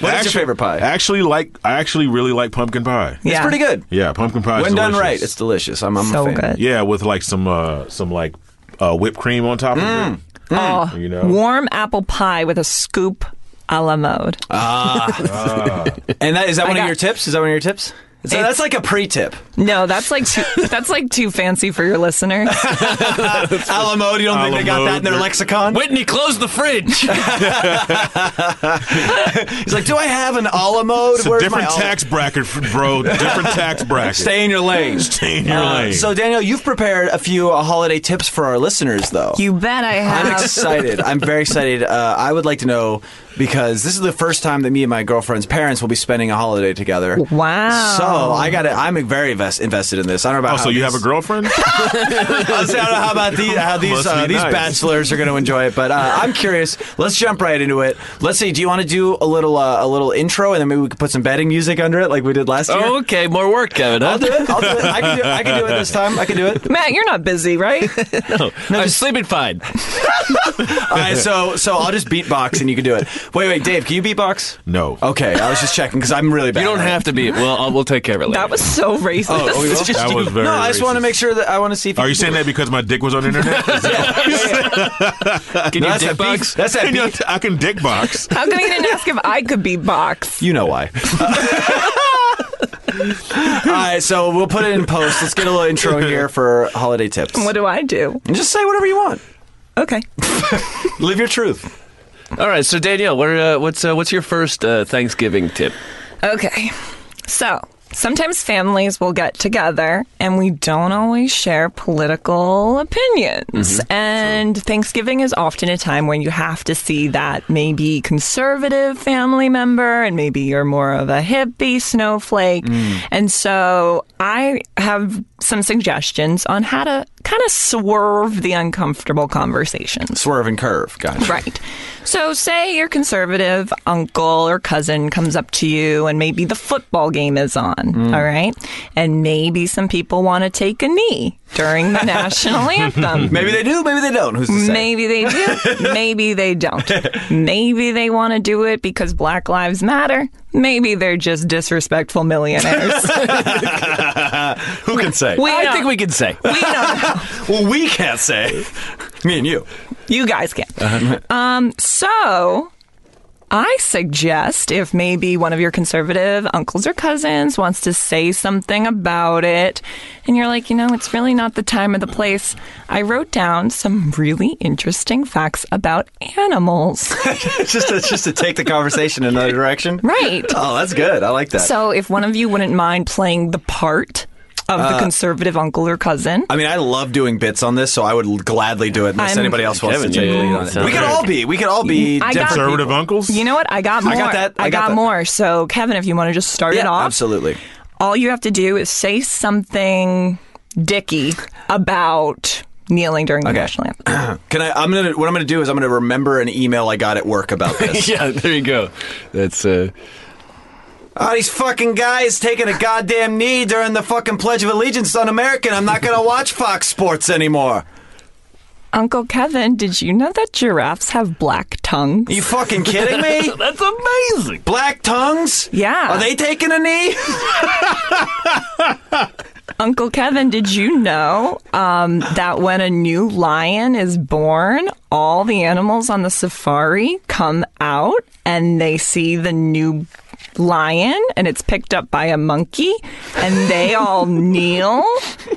What is your favorite pie? I actually like. I actually really like pumpkin pie. It's Yeah. pretty good. Yeah, pumpkin pie. is when done delicious. right, it's delicious. I'm, I'm a so fan. good. yeah, with like some uh some like uh whipped cream on top Mm. of it. Oh, You know. warm apple pie with a scoop a la mode. Uh. And that is that one of got- your tips? Is that one of your tips? Is that- that's It's- like a pre-tip. [LAUGHS] no, that's like too, that's like too fancy for [LAUGHS] your listeners. Alamode, you don't think they got Alamode, that in their they're- lexicon? Whitney, close the [LAUGHS] fridge. He's like, do I have an Alamode? mode? It's a different tax bracket, f- bro. [LAUGHS] Different tax bracket. Stay in your lane. Stay in your Uh, lane. so, Daniel, you've prepared a few uh, holiday tips for our listeners, though. you bet I I'm have. excited. I'm very excited. Uh, I would like to know because this is the first time that me and my girlfriend's parents will be spending a holiday together. Wow. So I got to I'm very invest, invested in this. I don't know oh, about. so how you have a these- girlfriend? I'll say, [LAUGHS] I don't know how about these, how these, [LAUGHS] Must uh, be these nice. bachelors are going to enjoy it, but uh, I'm curious. Let's jump right into it. Let's see. Do you want to do a little uh, a little intro, and then maybe we could put some betting music under it, like we did Oh, last year? okay, more work, Kevin. I'll Huh? do it. I'll do it. I can do, I can do it this time. I can do it. Matt, you're not [LAUGHS] busy, right? I'm sleeping fine. All right. So so I'll just beatbox, and you can do it. Wait, wait, Dave, can you beatbox? No. Okay, I was just checking because I'm really bad. You don't at it. have to be. Well, I'll, we'll take care of it later. That was so racist. Oh, we will? Just That you- was very. No, I just want to racist. make sure that I want to see if Are you saying that because my dick was on [LAUGHS] the internet? Is [LAUGHS] that- Can No, you dick that's that beef- box? That's that You know, beef. [LAUGHS] I can dick [LAUGHS] box. How come you didn't ask if I could be boxed? You know [LAUGHS] why. All right, so we'll put it in post. Let's get a little intro here for holiday tips. What do I do? And just say whatever you want. Okay. Live your truth. All right, so Danielle, what, are, uh, what's uh, what's your first uh, Thanksgiving tip? Okay. So Sometimes families will get together and we don't always share political opinions. And Thanksgiving is often a time when you have to see that maybe conservative family member and maybe you're more of a hippie snowflake. And so I have some suggestions on how to kind of swerve the uncomfortable conversations. Swerve and curve. Gotcha. Right. So, say your conservative uncle or cousin comes up to you, and maybe the football game is on, Mm. all right? And maybe some people want to take a knee [LAUGHS] during the national anthem. Maybe they do. Maybe they don't. Who's to say? Maybe they do. [LAUGHS] Maybe they don't. Maybe they want to do it because Black Lives Matter. Maybe they're just disrespectful millionaires. Who can say? We I don't- think we can say. [LAUGHS] we don't know. Well, we can't say. Me and you. You guys can. Uh-huh. Um, so I suggest if maybe one of your conservative uncles or cousins wants to say something about it, and you're like, you know, it's really not the time or the place. I wrote down some really interesting facts about [LAUGHS] animals. just to, just to take the conversation [LAUGHS] in another direction. right. Oh, that's good. I like that. So if one of you wouldn't mind playing the part of the conservative uncle or cousin. Uh, I mean, I love doing bits on this, so I would gladly do it unless I'm- anybody else wants Kevin, to take yeah, the yeah, lead yeah, on it. sounds We could good. all be. We could all be I got- different. Conservative uncles? you know what? I got more. got that. I I got got that. more. So, Kevin, if you want to just start it yeah, off. absolutely. all you have to do is say something dicky about kneeling during the Okay. national anthem. [CLEARS THROAT] Can I? I'm gonna. What I'm gonna do is I'm gonna remember an email I got at work about [LAUGHS] [LAUGHS] this. yeah, there you go. That's uh, oh, these fucking guys taking a goddamn knee during the fucking Pledge of Allegiance on American. I'm not gonna watch Fox Sports anymore. Uncle Kevin, did you know that giraffes have black tongues? you fucking kidding me? [LAUGHS] that's amazing. Black tongues? Yeah. Are they taking a knee? [LAUGHS] Uncle Kevin, did you know um, that when a new lion is born, all the animals on the safari come out and they see the new lion and it's picked up by a monkey and they all kneel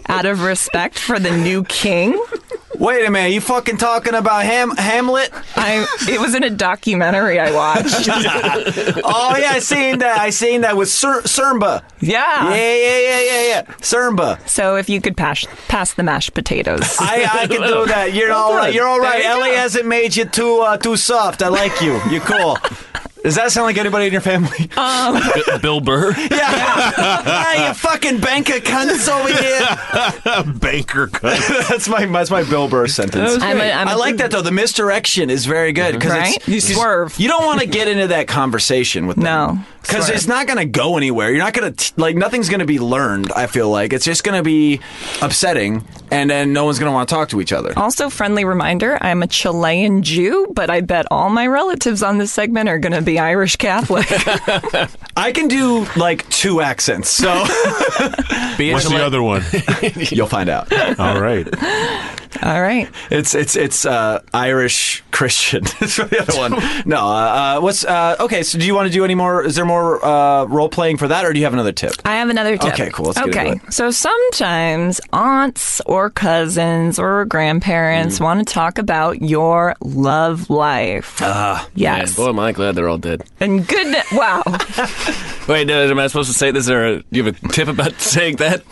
out of respect for the new king? Wait a minute. You fucking talking about Ham [LAUGHS] Hamlet? I it was in a documentary [LAUGHS] I watched. Oh yeah, I seen that. I seen that with Sir, Sermba. Yeah. Yeah, yeah, yeah, yeah, yeah. Sermba. So if you could pass pass the mashed potatoes. I, I can [LAUGHS] do that. You're all right. You're all right. Ellie hasn't made you too uh, too soft. I like you. You're cool. Does that sound like anybody in your family? Bill [LAUGHS] Burr. Oh, [LAUGHS] yeah. [LAUGHS] Ah, you fucking banker cunts over here. [LAUGHS] Banker cut. that's my that's my Bill Burr sentence. I'm a, I'm a, I like that though. The misdirection is very good because Right? You swerve. You don't want to get into that conversation with them. No, because swerve. it's not going to go anywhere. You're not going to like nothing's going to be learned. I feel like it's just going to be upsetting, and then no one's going to want to talk to each other. Also, friendly reminder: I'm a Chilean Jew, but I bet all my relatives on this segment are going to be [LAUGHS] Irish Catholic. I can do like two accents, [LAUGHS] so Be What's the Angela- other [LAUGHS] one? you'll find out. All right. all right, It's it's it's uh, Irish Christian. [LAUGHS] That's the other one. No, uh, uh, what's uh, okay? So do you want to do any more? Is there more uh, role playing for that, or do you have another tip? I have another tip. Okay, cool. Let's get okay, into so sometimes aunts or cousins or Mm. grandparents want to talk about your love life. Ah, Man, yes, boy, am I glad they're all dead. and good. Wow. Wait, no, am I supposed to say this? Or uh, do you have a tip about [LAUGHS] saying that?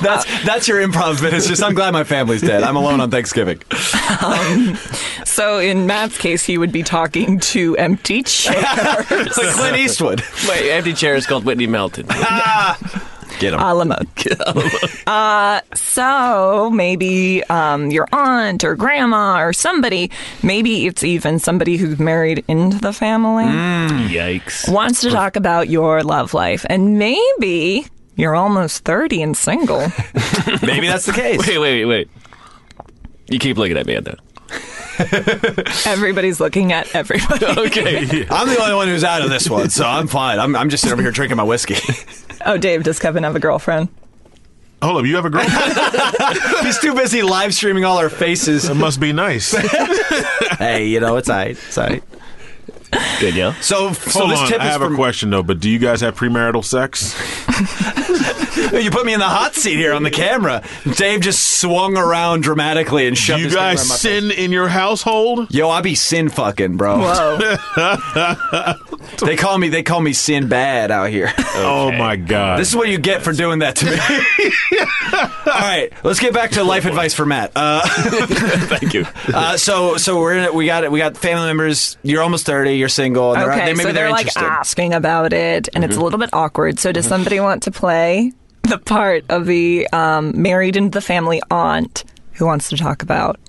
That's that's your improv bit. It's just I'm glad my family's dead. I'm alone on Thanksgiving. So in Matt's case, he would be talking to [LAUGHS] empty chairs. It's like Clint Eastwood. Wait, empty chair is called Whitney Melton. [LAUGHS] Get him. Alamo. uh, so maybe um, your aunt or grandma or somebody, maybe it's even somebody who's married into the [LAUGHS] family, Yikes! wants to talk about your love life. And maybe you're almost 30 and single. Maybe that's the case. Wait, wait, wait, wait. You keep looking at me at that. Everybody's looking at [LAUGHS] everybody. [LAUGHS] Okay. I'm the only one who's out of this one, so I'm fine. I'm, I'm just sitting over here drinking my whiskey. [LAUGHS] Oh, Dave, does Kevin have a girlfriend? Hold up. You have [LAUGHS] a girlfriend? He's too busy live streaming all our faces. It must [LAUGHS] be nice. hey, you know, it's all right. It's all right. Good, yeah. So, so Hold this on. tip I is have from, [LAUGHS] a question though. But do you guys have premarital sex? you put me in the hot seat here on the camera. Dave just swung around dramatically and Do shoved you his camera guys in my face. sin in your household? Yo, I be sin fucking, bro. Whoa. They call me they call me sin bad out here. Oh my god! This is what you get for doing that to me. [LAUGHS] All right, let's get back to life advice for Matt. Uh, Thank you. uh, so, so we're in it. We got it. We got family members. You're almost thirty. You're single. And they're, Okay, they, maybe so they're, they're like ah. interested. Mm-hmm. asking about it, and it's a little bit awkward. So, does somebody want to play the part of the um, married into the family aunt who wants to talk about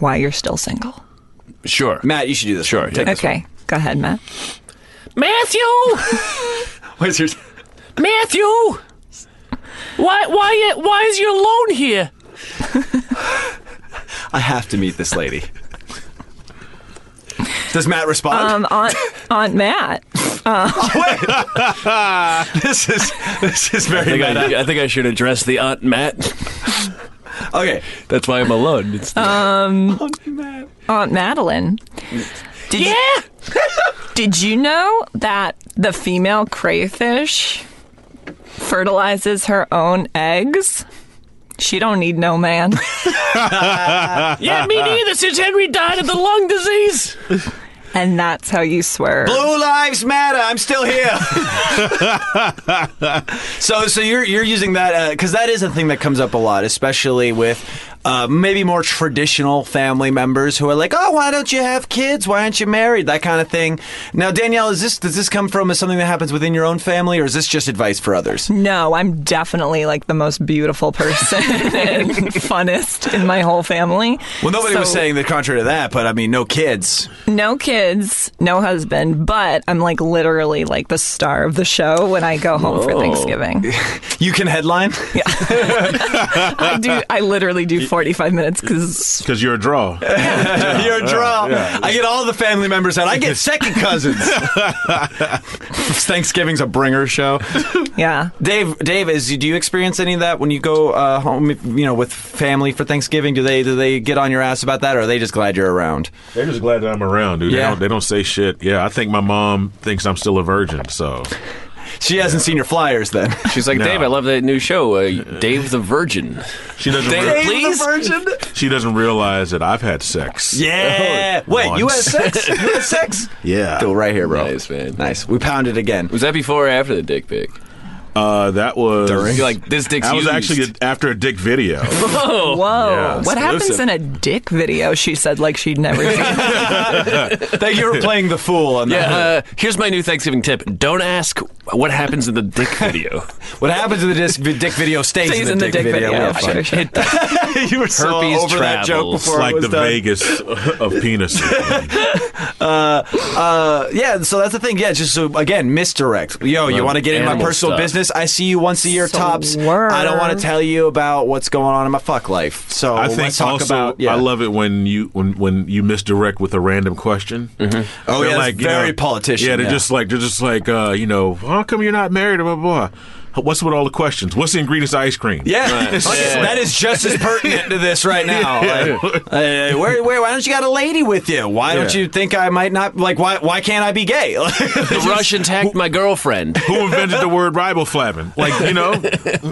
why you're still single? Sure. Matt, you should do this. Sure, Take yeah. this. Okay, go ahead, Matt. Matthew! What's yours? Matthew! Why, why, why is your loan here? I have to meet this lady. Does Matt respond? Um, [LAUGHS] Aunt Aunt Matt. this is this is very I think bad. I, I think I should address the Aunt Matt. Um, Okay, That's why I'm alone. It's the- Aunt Madeline. Did yeah. [LAUGHS] You, did you know that the female crayfish fertilizes her own eggs? She don't need [LAUGHS] no man. [LAUGHS] yeah, me neither, since Henry died of the lung disease. and that's how you swerve. Blue Lives Matter. I'm still here. so, so you're you're using that because that is a thing that comes up a lot, especially with uh, maybe more traditional family members who are like, "Oh, why don't you have kids? Why aren't you married?" That kind of thing. Now, Danielle, is this does this come from as something that happens within your own family, or is this just advice for others? No, I'm definitely like the most [LAUGHS] beautiful person and funnest in my whole family. Well, nobody was So- saying the contrary to that, but I mean, no kids. no kids, no husband, but I'm like literally like the star of the show when I go home for Thanksgiving. You can headline. I do. I literally [LAUGHS] do 45 minutes because Because you're a draw. You're a draw. I get all the family members out. I get second cousins. Thanksgiving's a bringer show. yeah. Dave, Dave, is do you experience any of that when you go uh, home? You know, with family for Thanksgiving, do they do they get on your ass about that, or are they just glad you're around? They're just glad that I'm around, dude. They, Yeah. don't, they don't say shit. Yeah, I think my mom thinks I'm still a virgin. So She hasn't seen your flyers then. She's like, No. Dave, I love that new show, uh, Dave the Virgin. she doesn't. They- rea- Please? virgin. she doesn't realize that I've had sex. Yeah. Wait, you had Once. sex? You had sex? Yeah. Still right here, bro. Nice, man. Nice. We pounded again. Was that before or after the dick pic? Uh, that was You're like, this dick's I was used. actually after a [LAUGHS] dick video. Oh, Whoa. Yes. What happens Listen. in a dick video? She said like [LAUGHS] she'd never seen. Thank you for playing the fool on that. Yeah, uh, here's my new Thanksgiving tip. Don't ask what happens in the dick [LAUGHS] video. What happens to the disc, dick video stays, Stays in the dick video. We Yeah, have fun. sure, sure. you were so Herpes over that joke travels. before It's like it was the done. Vegas of penis. [LAUGHS] Uh, yeah, so that's the thing. Yeah, just so again, misdirect. Yo, you Like want to get in my animal personal stuff. business? I see you once a year tops. Swerve. I don't want to tell you about what's going on in my fuck life. So I think let's talk also about. Yeah. I love it when you when when you misdirect with a random question. Oh, They're yeah, that's you very politician, Yeah, they're yeah. just like they're just like uh, you know, how come you're not married? Blah blah. blah. What's with all the questions? What's the ingredients to ice cream? [LAUGHS] [LAUGHS] Yeah, It's Like, just that is just as pertinent to this right now. [LAUGHS] Yeah. Like, uh, where, where, why don't you got a lady with you? Why don't Yeah. you think I might not like? Why, why can't I be gay? [LAUGHS] The Russians hacked my girlfriend. Who invented the word riboflavin? Like [LAUGHS] you [LAUGHS] know,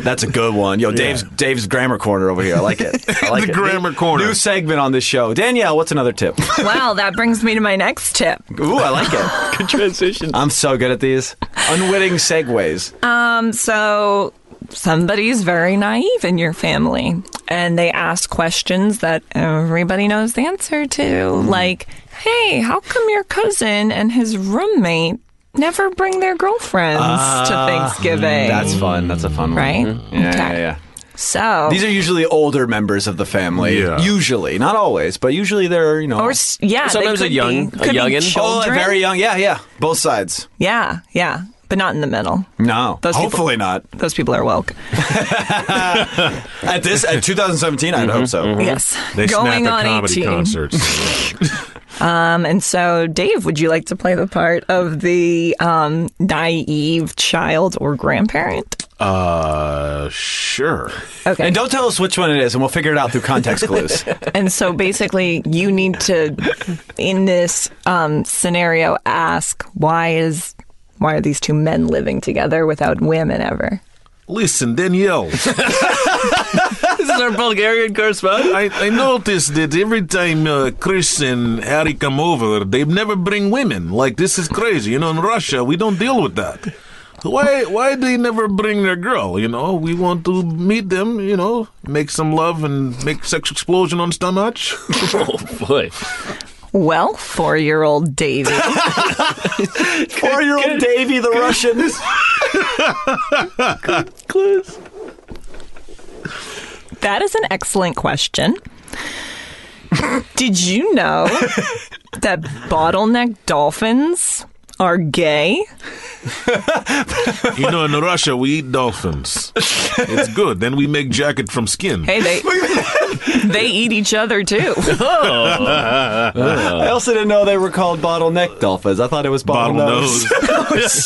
That's a good one. Yo, Dave's Dave's grammar corner over here. I like it. [LAUGHS] I like The it. grammar corner. New segment on this show. Danielle, what's another [LAUGHS] tip? well, that brings me to my next tip. Ooh, I like [LAUGHS] it. Good transition. I'm so good at these unwitting segues. Um, so somebody's very naive in your family and they ask questions that everybody knows the answer to. Like, hey, how come your cousin and his roommate never bring their girlfriends to Thanksgiving? That's fun. That's a fun right? one. Yeah, yeah, Okay. yeah. So These are usually older members of the family. Yeah. Usually, not always, but usually they're you know. or s- yeah, they Sometimes a could be- young- a could be youngin'. Oh, children. very young. Yeah, yeah. Both sides. yeah, yeah, but not in the middle. No. Those people- Hopefully not. Those people are woke. At [LAUGHS] this, at 2017, I'd Mm-hmm, hope so. Yes, they going snap at on comedy 18. [LAUGHS] concerts. Um, and so, Dave, would you like to play the part of the um, naive child or grandparent? uh, sure. Okay. And don't tell us which one it is, and we'll figure it out through [LAUGHS] context clues. And so basically, you need to, in this um, scenario, ask why is why are these two men living together without women ever? Listen, Danielle, [LAUGHS] This is our Bulgarian [LAUGHS] correspondent. I, I noticed that every time uh, Chris and Harry come over, they never bring women. Like, this is crazy. You know, in Russia, we don't deal with that. Why why they never bring their girl? You know, we want to meet them, you know, make some love and make sex explosion on stomach. Oh boy! Well, four year [LAUGHS] old Davy. Four year old Davy the Russian. That is an excellent question. Did [LAUGHS] you know that bottleneck dolphins are gay? You know, in Russia, we eat dolphins. It's good. Then we make jacket from skin. Hey, they they eat each other [LAUGHS] too. Oh, I also didn't know they were called bottleneck dolphins. I thought it was bottlenose. Bottlenose. [LAUGHS]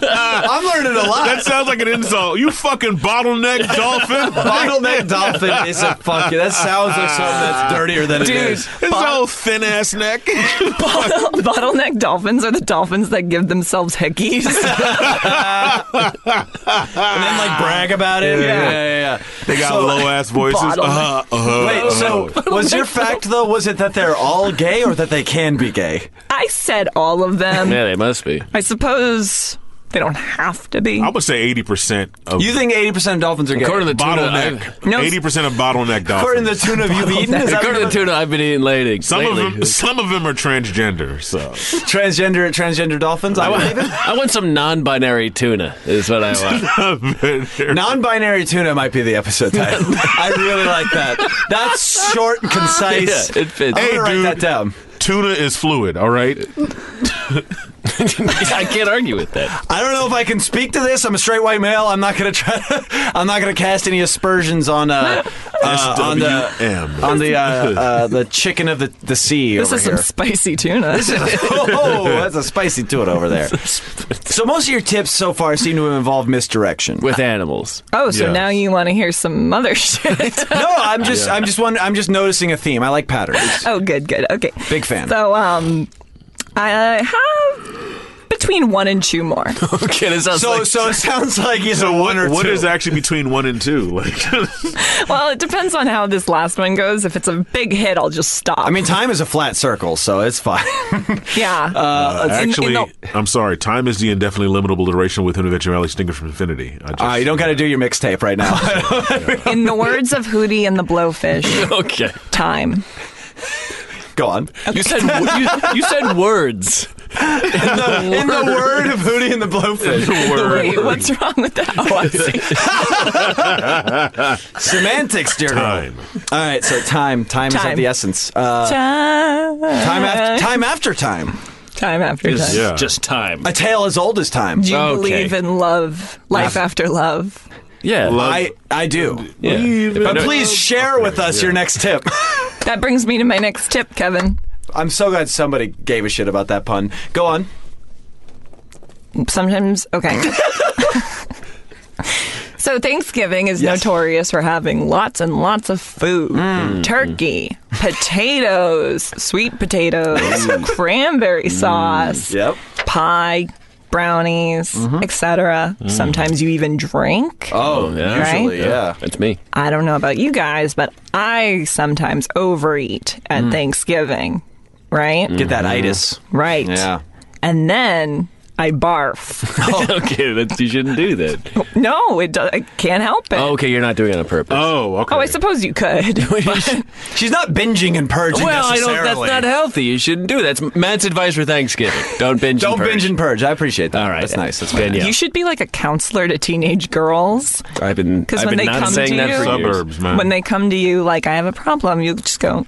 I'm learning a lot. [LAUGHS] That sounds like an insult. You fucking bottleneck dolphin. [LAUGHS] bottleneck dolphin is a fucking. That sounds like something that's dirtier than it Dude, is. His whole thin ass neck. Bottle- [LAUGHS] bottleneck dolphins are the dolphins that give themselves hickeys. [LAUGHS] And then like brag about it. Yeah. yeah, yeah. They got So- [LAUGHS] low ass voices. Bottle- Uh-huh, uh-huh, Wait, so was your fact though? Was it that they're all gay or that they can be gay? I said all of them. Yeah, they must be. I suppose they don't have to be. I would say eighty percent of You think 80% of dolphins are gay? According to the tuna, I've- bottleneck. No. Eighty percent of bottleneck According dolphins. to the tuna you've eaten, is that according to the tuna I've been eating lately. some lately. of them, some of them are transgender. So [LAUGHS] transgender transgender dolphins? I believe it. I want some non-binary tuna. Is what [LAUGHS] I want. Non-binary tuna might be the episode title. I really like that. That's short and concise. Yeah, it fits. I'm Hey, gonna write dude. that down. tuna is fluid. All right. [LAUGHS] I can't argue with that. I don't know if I can speak to this. I'm a straight white male. I'm not gonna try. [LAUGHS] I'm not gonna cast any aspersions on uh, uh, on the SWM. on the uh, uh, the chicken of the the sea. this over is here. some spicy tuna. [LAUGHS] oh, that's a spicy tuna over there. So most of your tips so far seem to involve misdirection. With animals. [LAUGHS] oh, so Yeah. now you want to hear some [LAUGHS] other [LAUGHS] shit? No, I'm just I'm just one I'm just noticing a theme. I like patterns. oh, good, good. Okay. Big fan. So, um, I uh, have between one and two [LAUGHS] more. [LAUGHS] Okay, this sounds So like- so it sounds like either one or What two. is actually between one and two? [LAUGHS] Like, well, it depends on how this last one goes. If it's a big hit, I'll just stop. I mean, time is a flat circle, so it's fine. yeah. uh, in- in actually, the- I'm sorry. Time is the indefinitely limitable duration with eventuality extinguished from infinity. I just, Uh, you don't [LAUGHS] got to do your mixtape right now. in the words of Hootie and the [LAUGHS] Blowfish, okay. time. Go on. You said you, you said [LAUGHS] words. In the word of Hootie and the Blowfish, Wait, what's wrong with that? Oh, I see. [LAUGHS] semantics, dear. girl. Time. All right, so time, time, is Time. of the essence. Uh, [LAUGHS] time. time after time after time. Time after time. Yeah. Just time. A tale as old as time. Do you Okay. believe in love, life after love? yeah. Love- I I do. yeah. If Believe I in But know- please share with us your next tip. [LAUGHS] That brings me to my next tip, Kevin. I'm so glad somebody gave a shit about that pun. Go on. Sometimes, [LAUGHS] okay. so, Thanksgiving is Yes. Mm. notorious for having lots and lots of food turkey, potatoes, sweet potatoes, Mm. cranberry sauce, Yep. pie, brownies, etc. Sometimes you even drink. Oh, yeah. usually, Right? yeah. That's me. [LAUGHS] I don't know about you guys, but I sometimes overeat at Thanksgiving, right? Get that itis. Right. Mm. Yeah. And then I barf. [LAUGHS] okay, that's, you shouldn't do [LAUGHS] that. no, it do- I can't help it. Oh, Okay, you're not doing it on purpose. Oh, okay. Oh, I suppose you could. but- She's not binging and purging well, I don't. That's necessarily. not healthy. You shouldn't do that. That's Matt's advice for [LAUGHS] Thanksgiving. Don't binge. Don't and purge. binge and purge. I appreciate that. All right. That's nice. That's Good, good. yeah. [LAUGHS] You should be like a counselor to teenage girls. I've been. 'Cause I've when been they not come saying to that you- for years. suburbs, man. [LAUGHS] When they come to you, like, I have a problem, you just go,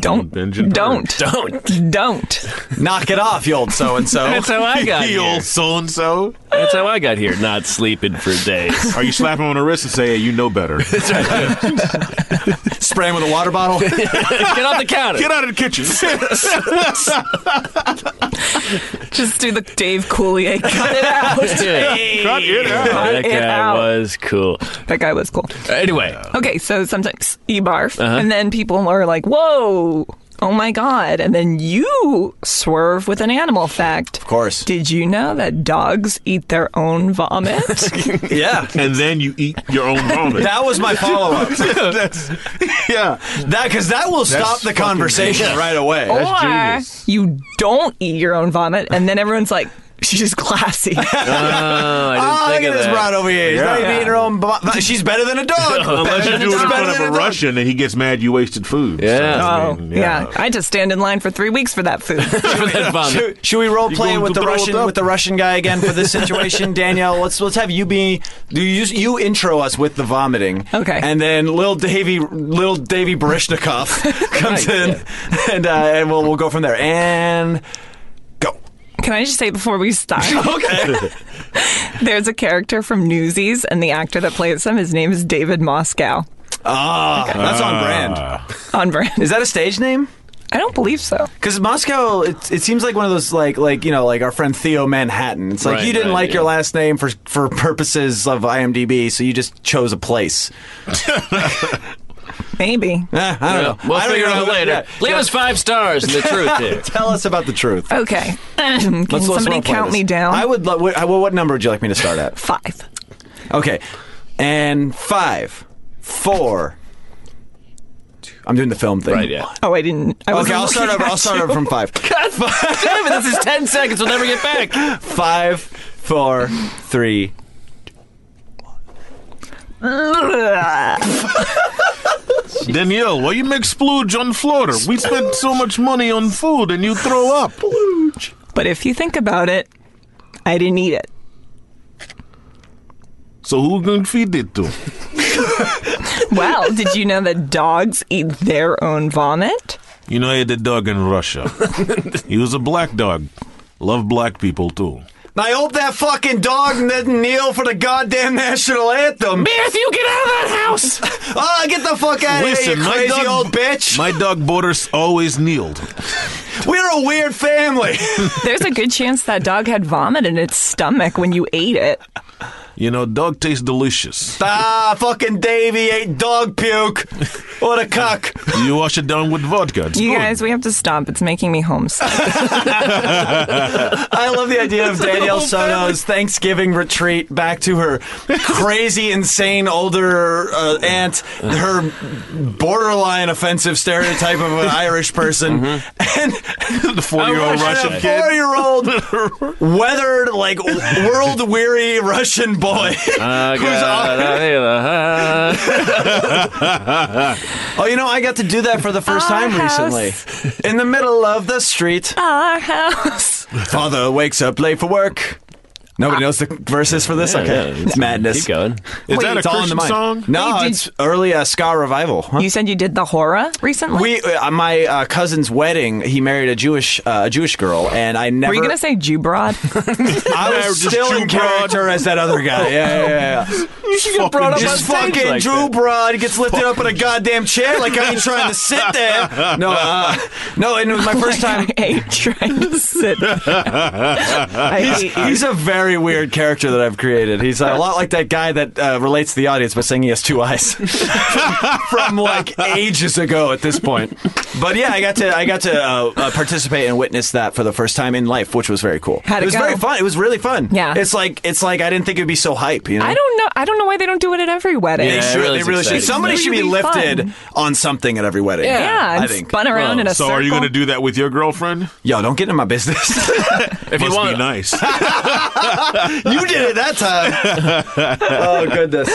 don't, binge and don't, [LAUGHS] Don't. don't. Knock it off, you old so and [LAUGHS] so. That's how I got He here. old so and so. That's how I got here. Not sleeping for days. [LAUGHS] Or you slap him on the wrist and say, hey, you know better. Get Spray him with a water [LAUGHS] bottle. Get off the counter. out of the kitchen. Just do the Dave Coulier, cut it out. Cut it out. Cut That it guy out. was cool. that guy was cool. Anyway, Okay, so sometimes you barf, and then people are like, "Whoa, oh my God. And then you swerve with an animal fact. Of course. Did you know that dogs eat their own [LAUGHS] vomit? Yeah. and then you eat your own [LAUGHS] vomit. That was my follow up. [LAUGHS] That's- yeah. That because that will stop the fucking conversation genius. right away. That's or genius. you don't eat your own vomit, and then everyone's like, she's classy. [LAUGHS] Oh, I didn't Oh, look think at of this that. broad over here. She's not Yeah. even eating her own. bo- no, She's better than a dog. [LAUGHS] Unless you Better do it than better in front of than a dog. Russian and he gets mad you wasted food. Yeah. Oh, yeah. I had to stand in line for three weeks for that [LAUGHS] food. For [LAUGHS] that vomit. Should, should we role You play going with to the throw it Russian up? with the Russian guy again for this situation, Danielle? Let's let's have you be do you you intro us with the vomiting, Okay. And then little Davy little Davy Barishnikov comes in, and uh, and we'll we'll go from there and go. Can I just say before we start? [LAUGHS] Okay, There's a character from Newsies, and the actor that plays him, his name is David Moscow. [LAUGHS] ah, that's on Ah. Uh, brand. On brand. Is that a stage name? I don't believe so. Because Moscow, it, it seems like one of those like like you know like our friend Theo Manhattan. It's like Right, you didn't right, like your yeah. last name for for purposes of IMDb, so you just chose a place. Maybe. Eh, [LAUGHS] I don't know. We'll I don't figure it even out know. later. Yeah. Leave Yeah. us five stars and the [LAUGHS] truth here. Tell us about the truth. Okay. [CLEARS THROAT] Can Let's- let's somebody role play count this. me down? I would love. What, I- what number would you like me to [LAUGHS] start at? Five. Okay, and five, four. I'm doing the film thing. Right, yeah. Oh, I didn't. I Okay, wasn't I'll start looking over. at I'll start you. over [LAUGHS] from five. Damn it, this is 10 seconds. We'll never get [LAUGHS] back. Five, four, three. Danielle, why you make splooge on Florida? We spent so much money on food and you throw up. [LAUGHS] But if you think about it, I didn't eat [LAUGHS] it. So who gonna feed it to? Well, did you know that dogs eat their own vomit? You know, I had a dog in Russia. he was a black dog. Love black people too. I hope that fucking dog didn't kneel for the goddamn national anthem. Bearth, you get out of that house. Oh, get the fuck out of here, Listen, you my crazy dog- old bitch. My dog Borders always kneeled. We're a weird family. There's a good chance that dog had vomit in its stomach when you ate it. You know, dog tastes delicious. ah, fucking Davy ate dog puke. What a cuck. You wash it down with vodka. It's You good. guys, we have to stop. It's making me homesick. [LAUGHS] I love the idea of Danielle whole family. Sono's Thanksgiving retreat back to her crazy, insane older uh, aunt, her borderline offensive stereotype of an Irish person, and Mm-hmm. the Oh, four-year-old Russian and a kid. four-year-old [LAUGHS] weathered, like world-weary Russian boy. Uh. oh, you know, I got to do that for the first Our time house. recently. In the middle of the street, Our house. father wakes up late for work. Nobody knows the verses for this. okay, it's madness. Keep going. Is Wait, that a it's all in the Christian mind. song? No, Wait, did- it's early uh, ska revival. huh? You said you did the horror recently? We, uh, my uh, cousin's wedding, he married a Jewish, uh, a Jewish girl, and I never. Were you going to say Jew broad? [LAUGHS] I was Just still Jew in broad. character as that other guy. Yeah, yeah, yeah. yeah. You should get brought up This fucking Drew Broad gets lifted up in a goddamn chair like I'm trying to sit there. No, uh, no, and it [LAUGHS] Oh was my first time. I hate trying to sit. I hate Uh, you. He's a very weird character that I've created. He's a lot like that guy that uh, relates to the audience by saying he has two eyes [LAUGHS] from like ages ago at this point. But yeah, I got to I got to uh, uh, participate and witness that for the first time in life, which was very cool. How'd it was go? very fun. It was really fun. Yeah. it's like it's like I didn't think it'd be so hype. You know, I don't know. I don't know why they don't do it at every wedding. They Yeah, it should. really they is really should. exciting. Somebody It should be would be lifted fun. on something at every wedding. Yeah. Yeah, I and think. spun around in a So circle. are you gonna do that with your girlfriend? Yo, don't get in my business. [LAUGHS] If you Must want, be nice. You did it that time. [LAUGHS] oh goodness.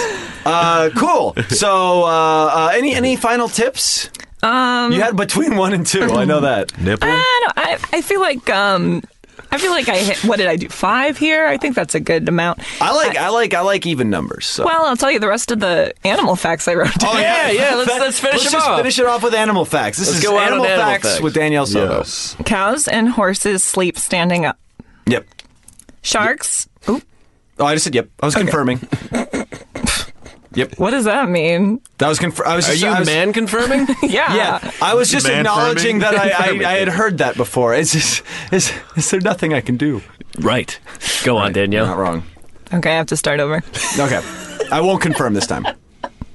Uh, cool. So, uh, uh, any any final tips? Um, you had between one and two. I know [LAUGHS] that. Nipple. I don't. I, I feel like. Um, I feel like I hit. What did I do? Five here. I think that's a good amount. I like I like I like even numbers. So. Well, I'll tell you the rest of the animal facts I wrote. Oh, down. yeah, yeah, let's- let's finish let's them just off. finish it off with animal facts. This Let's is go out animal, on animal facts, facts. with Danielle Soto. Yes. Cows and horses sleep standing up. Yep. Sharks. Oop. Oh, I just said yep. I was confirming. What does that mean? [LAUGHS] That was confir- I was. are just- you I was- man confirming? Yeah. Yeah, I was just Man acknowledging farming? that [LAUGHS] I, I, I had heard that before. Is, is, is, is there nothing I can do? right. Go on, You're not Danielle. wrong. Okay, I have to start over. Okay. I won't confirm this time.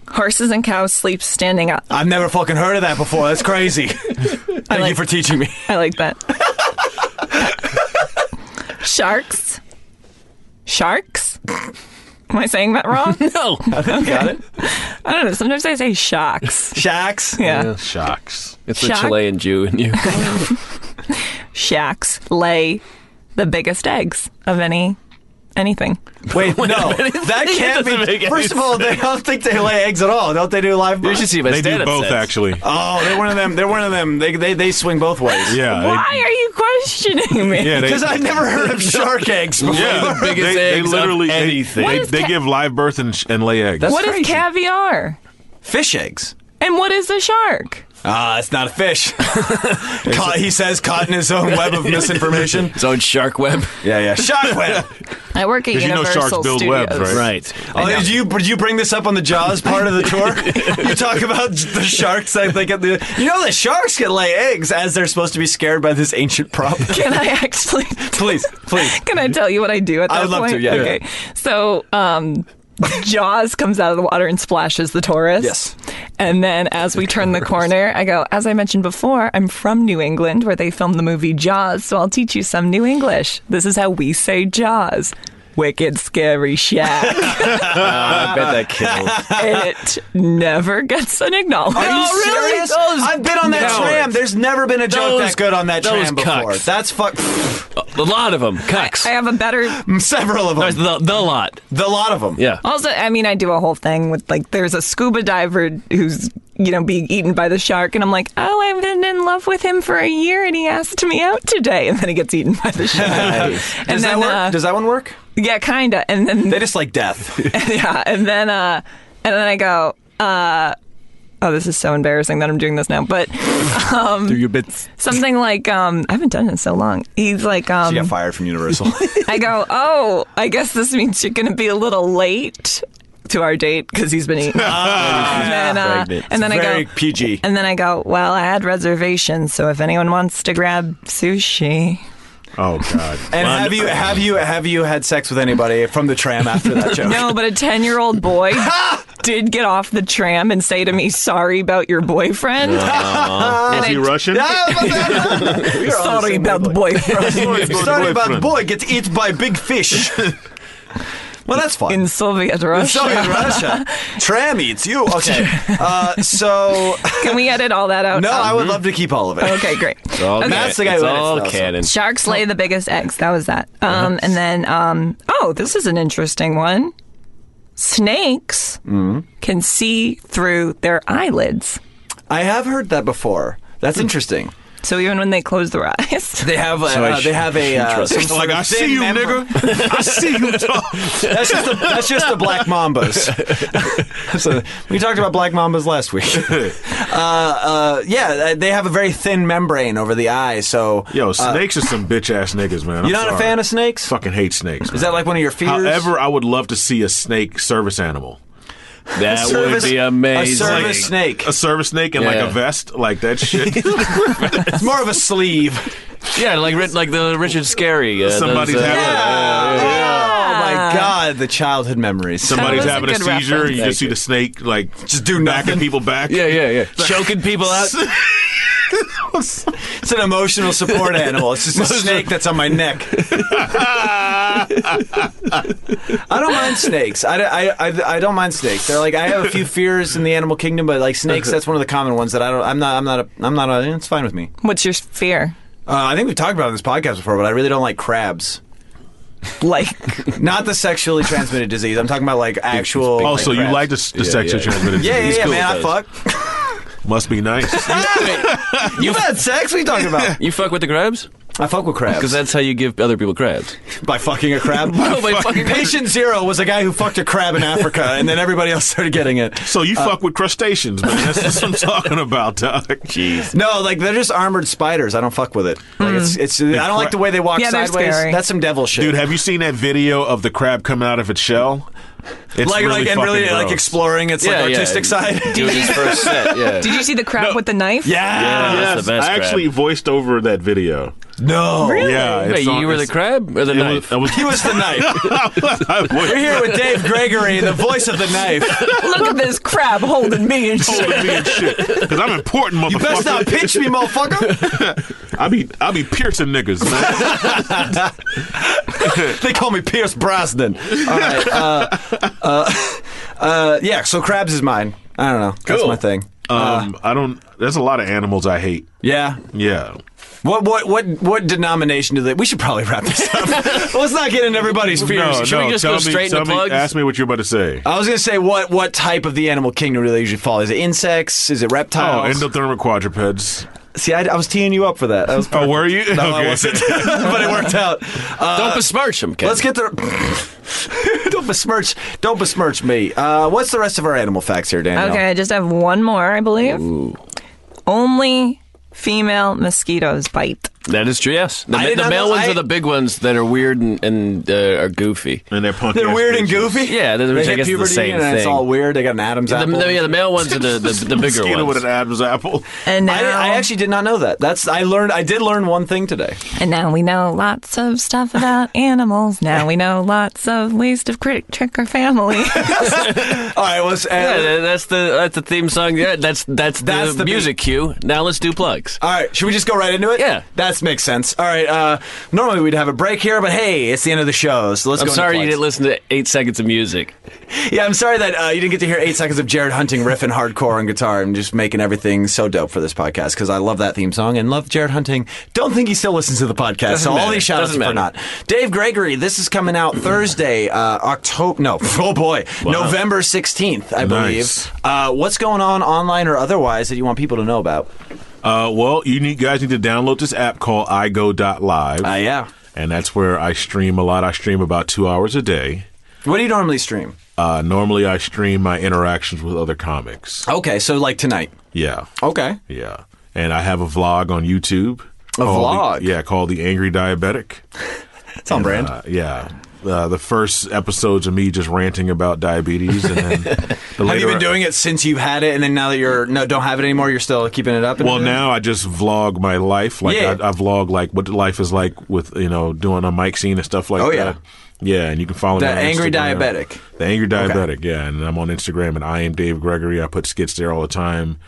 Horses and cows sleep standing up. I've never fucking heard of that before. That's crazy. Thank you like- for teaching me. I like that. sharks. Sharks? Am I saying that [LAUGHS] wrong? No. Got it. I don't know. Sometimes I say shocks. Shacks. Yeah. Shocks. It's Shock. the Chilean Jew in you. Shacks lay the biggest eggs of any anything. Wait, no, that can't doesn't make be. any First of all, they don't think they lay eggs at all. Don't they do live? you should see my They do stand-up both, sets. actually. Oh, they're one of them. They're one of them. They they, they swing both ways. Yeah. they- Why are you questioning me? yeah, they- Because I've never heard of shark eggs before. yeah, the biggest they, they eggs of literally they- anything. What They, is they ca- give live birth and, sh- and lay eggs. That's- What is crazy. caviar? Fish eggs. And what is a shark? Ah, it's not a fish. [LAUGHS] caught, he says caught in his own web of misinformation. [LAUGHS] His own shark web. Yeah, yeah. Shark web. I work at 'Cause you know Universal sharks build Studios. webs, right? Right. Oh, did you did you bring this up on the Jaws part of the [LAUGHS] tour? you talk about the sharks. I think at the you know the sharks can lay eggs as they're supposed to be scared by this ancient [LAUGHS] prop. Can I actually? please, please. [LAUGHS] Can I tell you what I do at that I would love point? to, yeah. Okay. So, um, Jaws comes out of the water and splashes the tourist. Yes. And then as we turn the corner, I go, as I mentioned before, I'm from New England where they filmed the movie Jaws, so I'll teach you some New English. This is how we say Jaws. Wicked [LAUGHS] scary shack. Uh, I bet that killed. [LAUGHS] it never gets an acknowledgement. Are [LAUGHS] you serious? I've been on that cowards. tram. There's never been a joke Those- that good on that those tram before. cucks. That's fuck. A lot of them. Cucks. I have a better [LAUGHS] Several of them. the, the lot. The lot of them. Yeah. Also, I mean, I do a whole thing with like, there's a scuba diver who's, you know, being eaten by the shark, and I'm like, oh, I've been in love with him for a year, and he asked me out today, and then he gets eaten by [LAUGHS] the [LAUGHS] shark. Does And that then, work? uh, Does that one work? yeah, kinda. And then They just like death. [LAUGHS] yeah, and then uh, and then I go, uh, oh, this is so embarrassing that I'm doing this now, but Do your bits. something like, um, I haven't done it in so long. He's like, um, She got fired from Universal. I go, oh, I guess this means you're going to be a little late to our date because he's [LAUGHS] been eating. [LAUGHS] and then, uh, and then I Ah, Very go, PG. and then I go, well, I had reservations, so if anyone wants to grab sushi, oh God. [LAUGHS] And Mine- have you have you have you had sex with anybody from the tram after [LAUGHS] that joke? no, but a ten-year-old [LAUGHS] boy did get off the tram and say to me, "Sorry about your boyfriend." Was he Russian? Ah, my bad. We are on the Sorry same about the wavelength. boyfriend. Sorry Sorry about the boyfriend. boy gets eaten by big [LAUGHS] fish. well, that's fun. In [LAUGHS] Soviet Russia. Sorry, Russia. Tram eats you. Okay. Uh, [LAUGHS] so, Can we edit all that out? no, Um, I would love to keep all of it. Okay, great. All Okay. That's the guy it's who edits all those. canon. Sharks lay the biggest eggs. That was that. Um, and then, um, oh, this is an interesting one. Snakes can see through their eyelids. I have heard that before. That's interesting. So even when they close their [LAUGHS] eyes, They have a, So I uh, sh- they have a uh, trust some it. sort Like of I thin see you, membrane- nigga. I see [LAUGHS] you. dog. That's just the, that's just the black [LAUGHS] mambas. so we talked about black mambas last week. [LAUGHS] Uh, uh, yeah, they have a very thin membrane over the eye. So [LAUGHS] Yo, snakes are some bitch ass niggas, man. I'm you're not a sorry. fan of snakes. Fucking hate snakes. Is that like one of your fears? However, I would love to see a snake service animal. That service- would be a amazing. service snake. A service snake in like Yeah. a vest, like that shit. It's more of a sleeve. Yeah, like ri- like the Richard Scary. Uh, [LAUGHS] Somebody's those, uh, having a- Oh my god, the childhood memories. Somebody's was a having a good seizure. reference. You just see the snake like Just [LAUGHS] do backing nothing. people back. Yeah, yeah, yeah. [LAUGHS] Choking people out. [LAUGHS] It's an emotional [LAUGHS] support animal. It's just a snake that's on my [LAUGHS] neck. I don't mind snakes. I, I, I, I don't mind snakes. They're like I have a few fears in the animal kingdom, but like snakes, that's one of the common ones that I don't. I'm not. I'm not. A, I'm not. A, it's fine with me. what's your fear? Uh, I think we've talked about it on this podcast before, but I really don't like crabs. [LAUGHS] Like, Not the sexually transmitted disease. I'm talking about like actual. Oh, so you crabs. like the, the sexually yeah. transmitted Yeah, yeah, disease. yeah, Cool. man. I fuck. Must [LAUGHS] be nice. You've had sex? What are you talking about? You fuck with the crabs? [LAUGHS] I fuck with crabs. Because that's how you give other people crabs. [LAUGHS] by fucking a crab. Oh, my fucking Patient zero was a guy who fucked a crab in Africa, and then everybody else started getting it. So you fuck with crustaceans, man. That's what I'm talking about, dog. Jeez. No, like they're just armored spiders. I don't fuck with it. Like it's, it's. I don't like the way Hmm. they walk Yeah, they're sideways. scary. That's some devil shit. Dude, have you seen that video of the crab coming out of its shell? It's like, like, and fucking really like gross. exploring its like artistic side. Doing his first set. Yeah. [LAUGHS] did you see the crab with the [LAUGHS] knife? yeah. Yeah. Yes, That's the best I crab. actually voiced over that video. No. Yeah, it's Wait, on- you were the it's- crab or the it was- knife? I was- [LAUGHS] He was the knife. I was- We're here with Dave Gregory, the voice of the knife. [LAUGHS] Look at this crab holding [LAUGHS] me and shit. Holding me and shit, because I'm important, motherfucker. You best [LAUGHS] not pinch me, motherfucker. I be I be piercing niggas, man. [LAUGHS] [LAUGHS] they call me Pierce Brosnan. All right. Uh, uh, uh, yeah, so crabs is mine. I don't know. That's Cool. my thing. Um, I don't. There's a lot of animals I hate. Yeah. Yeah, What what what what denomination do they? We should probably wrap this up. Let's not get in everybody's fears. should we just tell go straight tell into plugs? Ask me what you're about to say. I was gonna say what what type of the animal kingdom do they usually fall? Is it insects? Is it Oh, reptiles? endothermic quadrupeds. See, I, I was teeing you up for that. That was [LAUGHS] Oh, were [LAUGHS] you? no, I wasn't, [LAUGHS] but it worked out. Uh, Don't besmirch him, Ken. let's get the. [LAUGHS] don't besmirch. Don't besmirch me. Uh, what's the rest of our animal facts here, Daniel? Okay, I just have one more, I believe. Only female mosquitoes bite. That is true. Yes, the, I ma- did the not male know- ones I- are the big ones that are weird and, and uh, are goofy. And they're punk. They're ass weird and bitches. goofy. Yeah, those- they which I hit guess is the puberty same and It's thing. all weird. They got an Adam's The, apple. the- yeah, the male ones are the the, the [LAUGHS] bigger Mosquito with ones. an Adam's apple. And I, now, I actually did not know that. That's I learned. I did learn one thing today. and now we know lots of [LAUGHS] stuff about animals. Now we know lots of ways to cri- trick our [LAUGHS] family. [LAUGHS] All right, let's. Yeah, tha- that's the that's the theme song. Yeah, that's that's the, That's the music cue. Now let's do plugs. All right, should we just go right into it? Yeah. that makes sense. All right, uh, normally we'd have a break here, but hey, it's the end of the show, so let's I'm go. into sorry you plugs. didn't listen to eight seconds of music. Yeah, I'm sorry that uh, you didn't get to hear eight seconds of Jared Hunting riffing hardcore on guitar and just making everything so dope for this podcast because I love that theme song and love Jared Hunting. Don't think he still listens to the podcast, so all matter. these shout outs Doesn't for matter. not. Dave Gregory, this is coming out Thursday, uh, October, no, [LAUGHS] oh boy, November 16th, I Nice. believe. Uh, what's going on online or otherwise that you want people to know about? Uh, well, you need guys need to download this app called iGo.live. Uh, yeah. And that's where I stream a lot. I stream about two hours a day. What do you normally stream? Uh, normally, I stream my interactions with other comics. Okay, so like tonight. Yeah, Okay. yeah. And I have a vlog on YouTube. A called vlog? The, yeah, called The Angry Diabetic. It's on brand. Uh, yeah. Uh, the first episodes of me just ranting about diabetes, [LAUGHS] and then the have later you been doing it since you've had it, and then now that you're no don't have it anymore, you're still keeping it up? and Well, everything? now I just vlog my life. Like Yeah. I, I vlog like what life is like with you know doing a mic scene and stuff like Oh, yeah. that. Yeah, and you can follow The me. on Angry Instagram. Diabetic. The angry diabetic. Yeah, and I'm on Instagram and I am Dave Gregory. I put skits there all the time.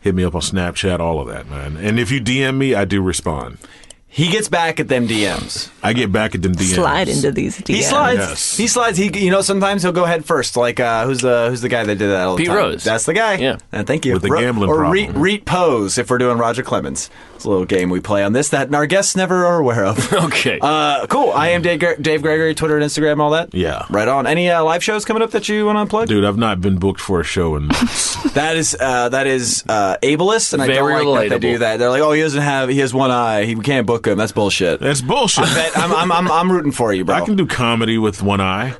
Hit me up on Snapchat, all of that, man. And if you DM me, I do respond. He gets back at them DMs. I get back at them DMs. Slide into these DMs. He slides. Yes. He slides. He you know sometimes he'll go head first. Like uh, who's the who's the guy that did that? All the Pete time? Rose. That's the guy. Yeah. And thank you. With the Ro- gambling or problem. Re- reet pose if we're doing Roger Clemens. It's a little game we play on this that our guests never are aware [LAUGHS] of. Okay. Uh, cool. I am Dave, Gre- Dave Gregory, Twitter and Instagram, all that. Yeah. Right on. Any uh, live shows coming up that you want to plug? Dude, I've not been booked for a show [LAUGHS] in months. That is uh, that is uh, ableist, and I Very don't like that they relatable. do that. They're like, oh, he doesn't have, he has one eye, he we can't book him. That's [LAUGHS] bullshit. That's bullshit. Bet- I'm, I'm, I'm, I'm rooting for you, bro. I can do comedy with one eye.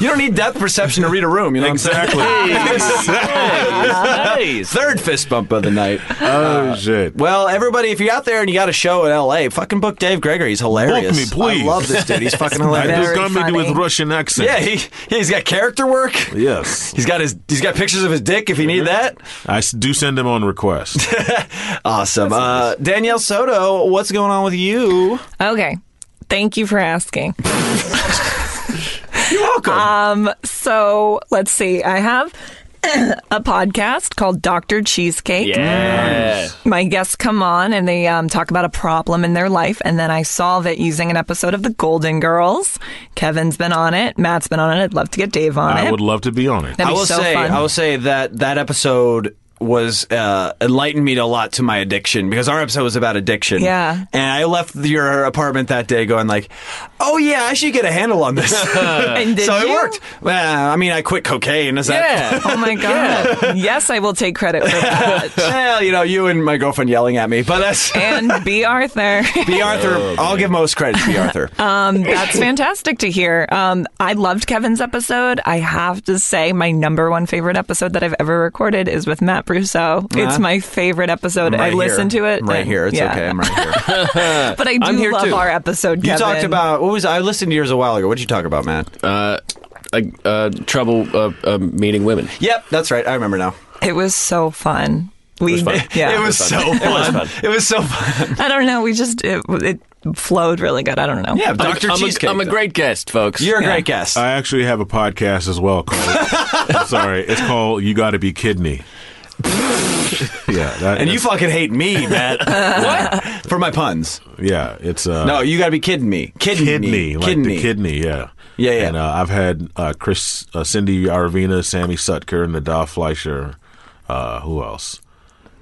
You don't need depth perception to read a room. You know [LAUGHS] Exactly. what I'm saying? nice. Third fist bump of the night. oh shit. Well, everybody, if you're out there and you got a show in L.A., fucking book Dave Gregory. He's hilarious. Book me, please. I love this dude. He's fucking [LAUGHS] I do hilarious. Very comedy with funny. Russian accent. yeah, he he's got character work. Yes. He's got his he's got pictures of his dick if you need that. I s- do send them [LAUGHS] on request. Awesome. Uh, Danielle Soto, what's going on with you? Okay. Thank you for asking. You're welcome. Um, so let's see. I have [CLEARS THROAT] a podcast called Dr. Cheesecake. Yeah. My guests come on and they um, talk about a problem in their life. And then I solve it using an episode of The Golden Girls. Kevin's been on it. Matt's been on it. I'd love to get Dave on I it. would love to be on it. That'd I be will so say, fun. I will say that that episode was uh, enlightened me to a lot to my addiction because our episode was about addiction. Yeah. and I left your apartment that day going like, "Oh yeah, I should get a handle on [LAUGHS] this." And did uh, so it you? worked. Well, I mean, I quit cocaine. Is that? Oh my God. Yes, I will take credit for that. [LAUGHS] well, you know, you and my girlfriend yelling at me, but [LAUGHS] that's. and B. Arthur. B. Arthur, Oh, I'll give most credit to B. Arthur. [LAUGHS] Um, that's fantastic to hear. Um, I loved Kevin's episode. I have to say, my number one favorite episode that I've ever recorded is with Matt Brousseau. It's my favorite episode. I'm right I listened here. to it. I'm right and- here. It's yeah. okay. I'm right [LAUGHS] here. But I I'm do here love too. our episode. You Kevin. talked about what was I listened to yours a while ago. What did you talk about, Matt? Uh, uh, uh, trouble uh, uh, meeting women. Yep, that's right. I remember now. it was so fun. We, was fun. yeah, It was so fun. It was fun. fun. It was so fun. I don't know. We just it, it flowed really good. I don't know. Yeah, I'm- Doctor I'm, Cheesecake. A, I'm a great guest, folks. You're a great guest. I actually have a podcast as well called. [LAUGHS] I'm sorry, it's called "You Got to Be Kidney." yeah, that, and you that's- fucking hate [LAUGHS] me, Matt. what? For my puns. yeah, it's uh, No, you gotta be kidding me. Kidney. kidney, like kidney. the kidney. Yeah, Yeah, yeah. And uh, I've had uh, Chris, uh, Cindy Arvina, Sammy Sutker, Nadav Fleischer. Uh, who else?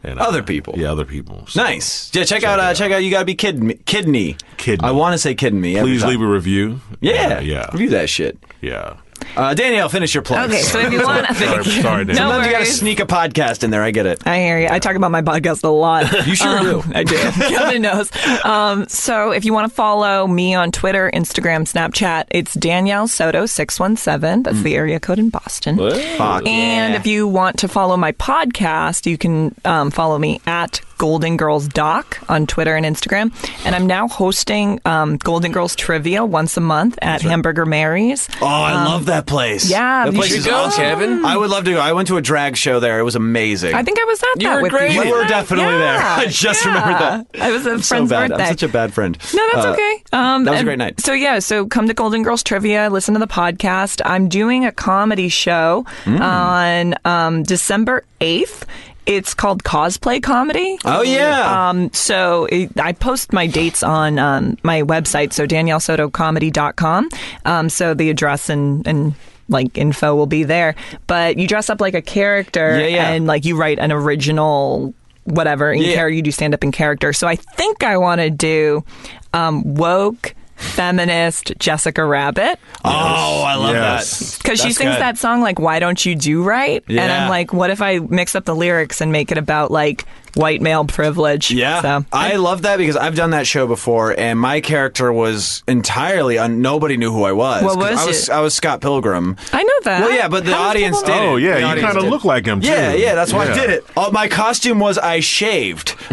And uh, Other people. Yeah, other people. So Nice. Yeah, check, out, uh, check out. You gotta be kidding me. Kidney. Kidney. I want to say kidding me. every Please time. leave a review. Yeah. Uh, yeah, Review that shit. yeah. Uh, Danielle, finish your plugs. [LAUGHS] Okay, so if you want, Sorry, sorry, Dan. no Sometimes you gotta worries. sneak a podcast in there. I get it. I hear you. I talk about my podcast a lot. [LAUGHS] Um, You sure do. I [LAUGHS] do. Kevin knows. Um, so if you want to follow me on Twitter, Instagram, Snapchat, it's Danielle Soto six one seven. That's the area code in Boston. Fuck. Mm. And yeah. if you want to follow my podcast, you can um, follow me at Golden Girls Doc on Twitter and Instagram. And I'm now hosting um, Golden Girls Trivia once a month at Hamburger Mary's. Oh, I love that place. Um, yeah, that you place should is go, awesome. Kevin. I would love to go. I went to a drag show there. It was amazing. I think I was at You that were with great. you. You were definitely there. I just remembered that. I was at a so friend's bad. birthday. I'm such a bad friend. No, that's Uh, okay. Um, that was a and great night. So yeah, so come to Golden Girls Trivia, listen to the podcast. I'm doing a comedy show Mm. on um, December eighth. It's called Cosplay Comedy. Oh, yeah. Um, so it, I post my dates on um, my website, so daniellesotocomedy.com. Um, so the address and and like info will be there. But you dress up like a character Yeah, yeah. and like you write an original whatever in Yeah. character you do stand up in character. So I think I want to do um, woke feminist Jessica Rabbit Oh, I love Yes. that. because she That's sings good. that song like why don't you do right and Yeah. i'm like what if i mix up the lyrics and make it about like white male privilege Yeah, so I love that because I've done that show before, and my character was entirely un- nobody knew who I was. What 'Cause was I was it? I was Scott Pilgrim. I know that. Well, yeah, but the How does audience people did. know? it. Oh yeah, The you audience kind of did. look like him. Too. Yeah, yeah, that's why I Yeah. did it. Uh, my costume was I shaved, [LAUGHS]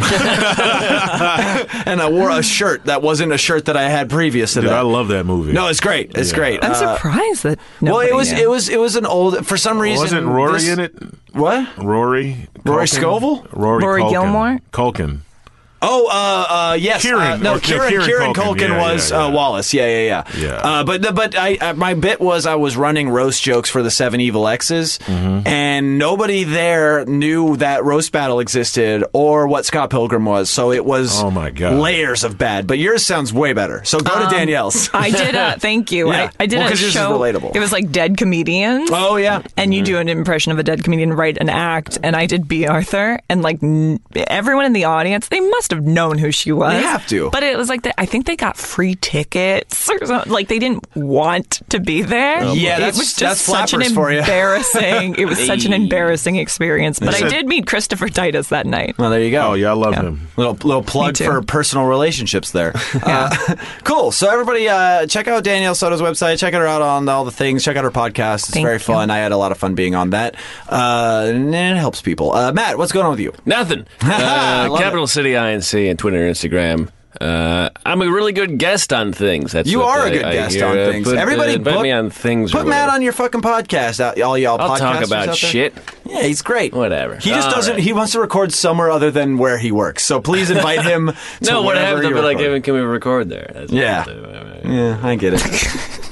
and I wore a shirt that wasn't a shirt that I had previous to Dude, that. I love that movie. no, it's great. It's Yeah. great. i'm Uh, surprised that well, nobody it was knew. it was it was an old for some reason. Wasn't Rory this- in it? What? Rory. Rory Culkin? Scovel? Rory, Rory Culkin. Gilmore? Culkin. Oh, uh, uh, yes. Kieran- uh, no, or- no, Kieran, Kieran Kieran Culkin, Culkin. Yeah, was yeah, yeah. Uh, Wallace. Yeah, yeah, yeah. Yeah. Uh, but but I, I my bit was I was running roast jokes for the Seven Evil X's, Mm-hmm. and nobody there knew that roast battle existed or what Scott Pilgrim was. So it was Oh, my God. layers of bad. But yours sounds way better. So go to Danielle's. I [LAUGHS] did a thank you. Yeah. I, I did Well, a 'cause yours is show. relatable. It was like dead comedians. oh yeah. and you do an impression of a dead comedian, write an act, and I did B. Arthur, and like n- everyone in the audience, they must have known who she was. They have to. but it was like the, I think they got free tickets, or something. like they didn't want to be there. Yeah, it that's- was just that's such an flappers for ya. embarrassing. it was [LAUGHS] such an Hey. embarrassing experience. But I Listen. did meet Christopher Titus that night. Well, there you go. Oh yeah, I love him. Little little plug too. for personal relationships [LAUGHS] there. Uh, cool. So everybody, uh, check out Danielle Soto's website. Check her out on all the things. Check out her podcast. It's Thank very you. fun. I had a lot of fun being on that, uh, and it helps people. Uh, Matt, what's going on with you? [LAUGHS] Nothing. I Uh, love Capital City INC and Twitter, and Instagram. Uh, I'm a really good guest on things. That's You what are a I- good I guest hear. on Uh, things. put, Everybody, uh, put book- me on things. or Put Matt whatever. on your fucking podcast, out- all y'all. I'll talk podcasters about out there. shit. Yeah, he's great. Whatever. He just All doesn't. right. He wants to record somewhere other than where he works. So please invite him. [LAUGHS] to No, what wherever happened? you They'll be like, record. "Hey, can we record there? That's what Yeah. I'll do. Yeah, I get [LAUGHS] it.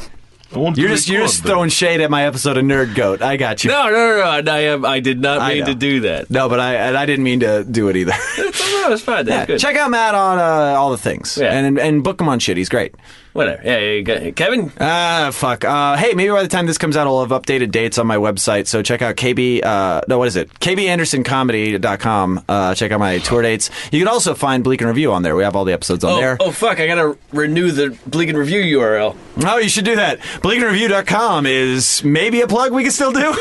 I want You're to just you're record just them. throwing shade at my episode of Nerd Goat. I got you. No, no, no, no. I, am- I did not I mean know. to do that. [LAUGHS] No, but I and I didn't mean to do it either. No, no, [LAUGHS] it's fine. That's good. Check out Matt on uh, all the things Yeah. and and book him on shit. He's great. Whatever. Yeah, yeah, you got- Kevin. Ah, fuck. Uh, hey, maybe by the time this comes out, I'll have updated dates on my website. So check out KB. Uh, no, what is it? KBAndersonComedy.com. Uh, check out my tour dates. You can also find Bleak and Review on there. We have all the episodes on Oh, there. oh, fuck! I gotta renew the Bleak and Review URL. Oh, you should do that. BleakandReview.com is maybe a plug we can still do.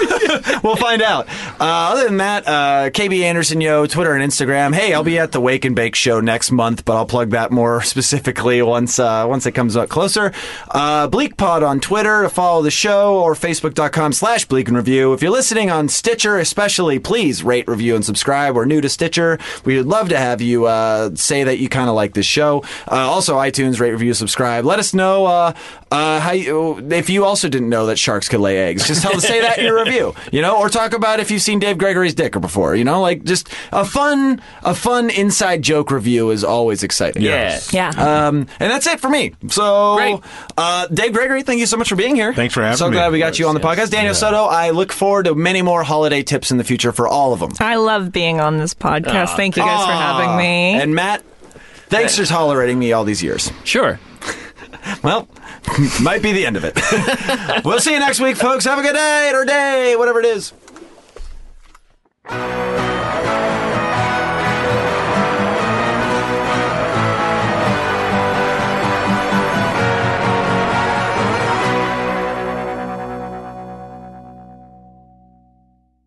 [LAUGHS] we'll find out. Uh, other than that, uh, KB Anderson Yo, Twitter and Instagram. Hey, I'll be at the Wake and Bake show next month, but I'll plug that more [LAUGHS] specifically once uh, once it comes up closer. Uh, Bleak Pod on Twitter to follow the show or Facebook.com slash Bleak and Review. If you're listening on Stitcher, especially, please rate, review, and subscribe. We're new to Stitcher. We would love to have you uh, say that you kind of like this show. Uh, also, iTunes, rate, review, subscribe. Let us know uh, uh, how you if you also didn't know that sharks could lay eggs, just tell say that in your review, you know, or talk about if you've seen Dave Gregory's dick before, you know, like just a fun, a fun inside joke review is always exciting. Yes. Yeah. Um, and that's it for me. So, Great. uh, Dave Gregory, thank you so much for being here. Thanks for having so me. So glad we got you on the podcast. Daniel Soto, I look forward to many more holiday tips in the future for all of them. I love being on this podcast. Thank you guys for having me. uh, Ah. And Matt, thanks for tolerating me all these years. Sure. [LAUGHS] Well, [LAUGHS] might be the end of it. we'll see you next week, folks. Have a good night or day, whatever it is.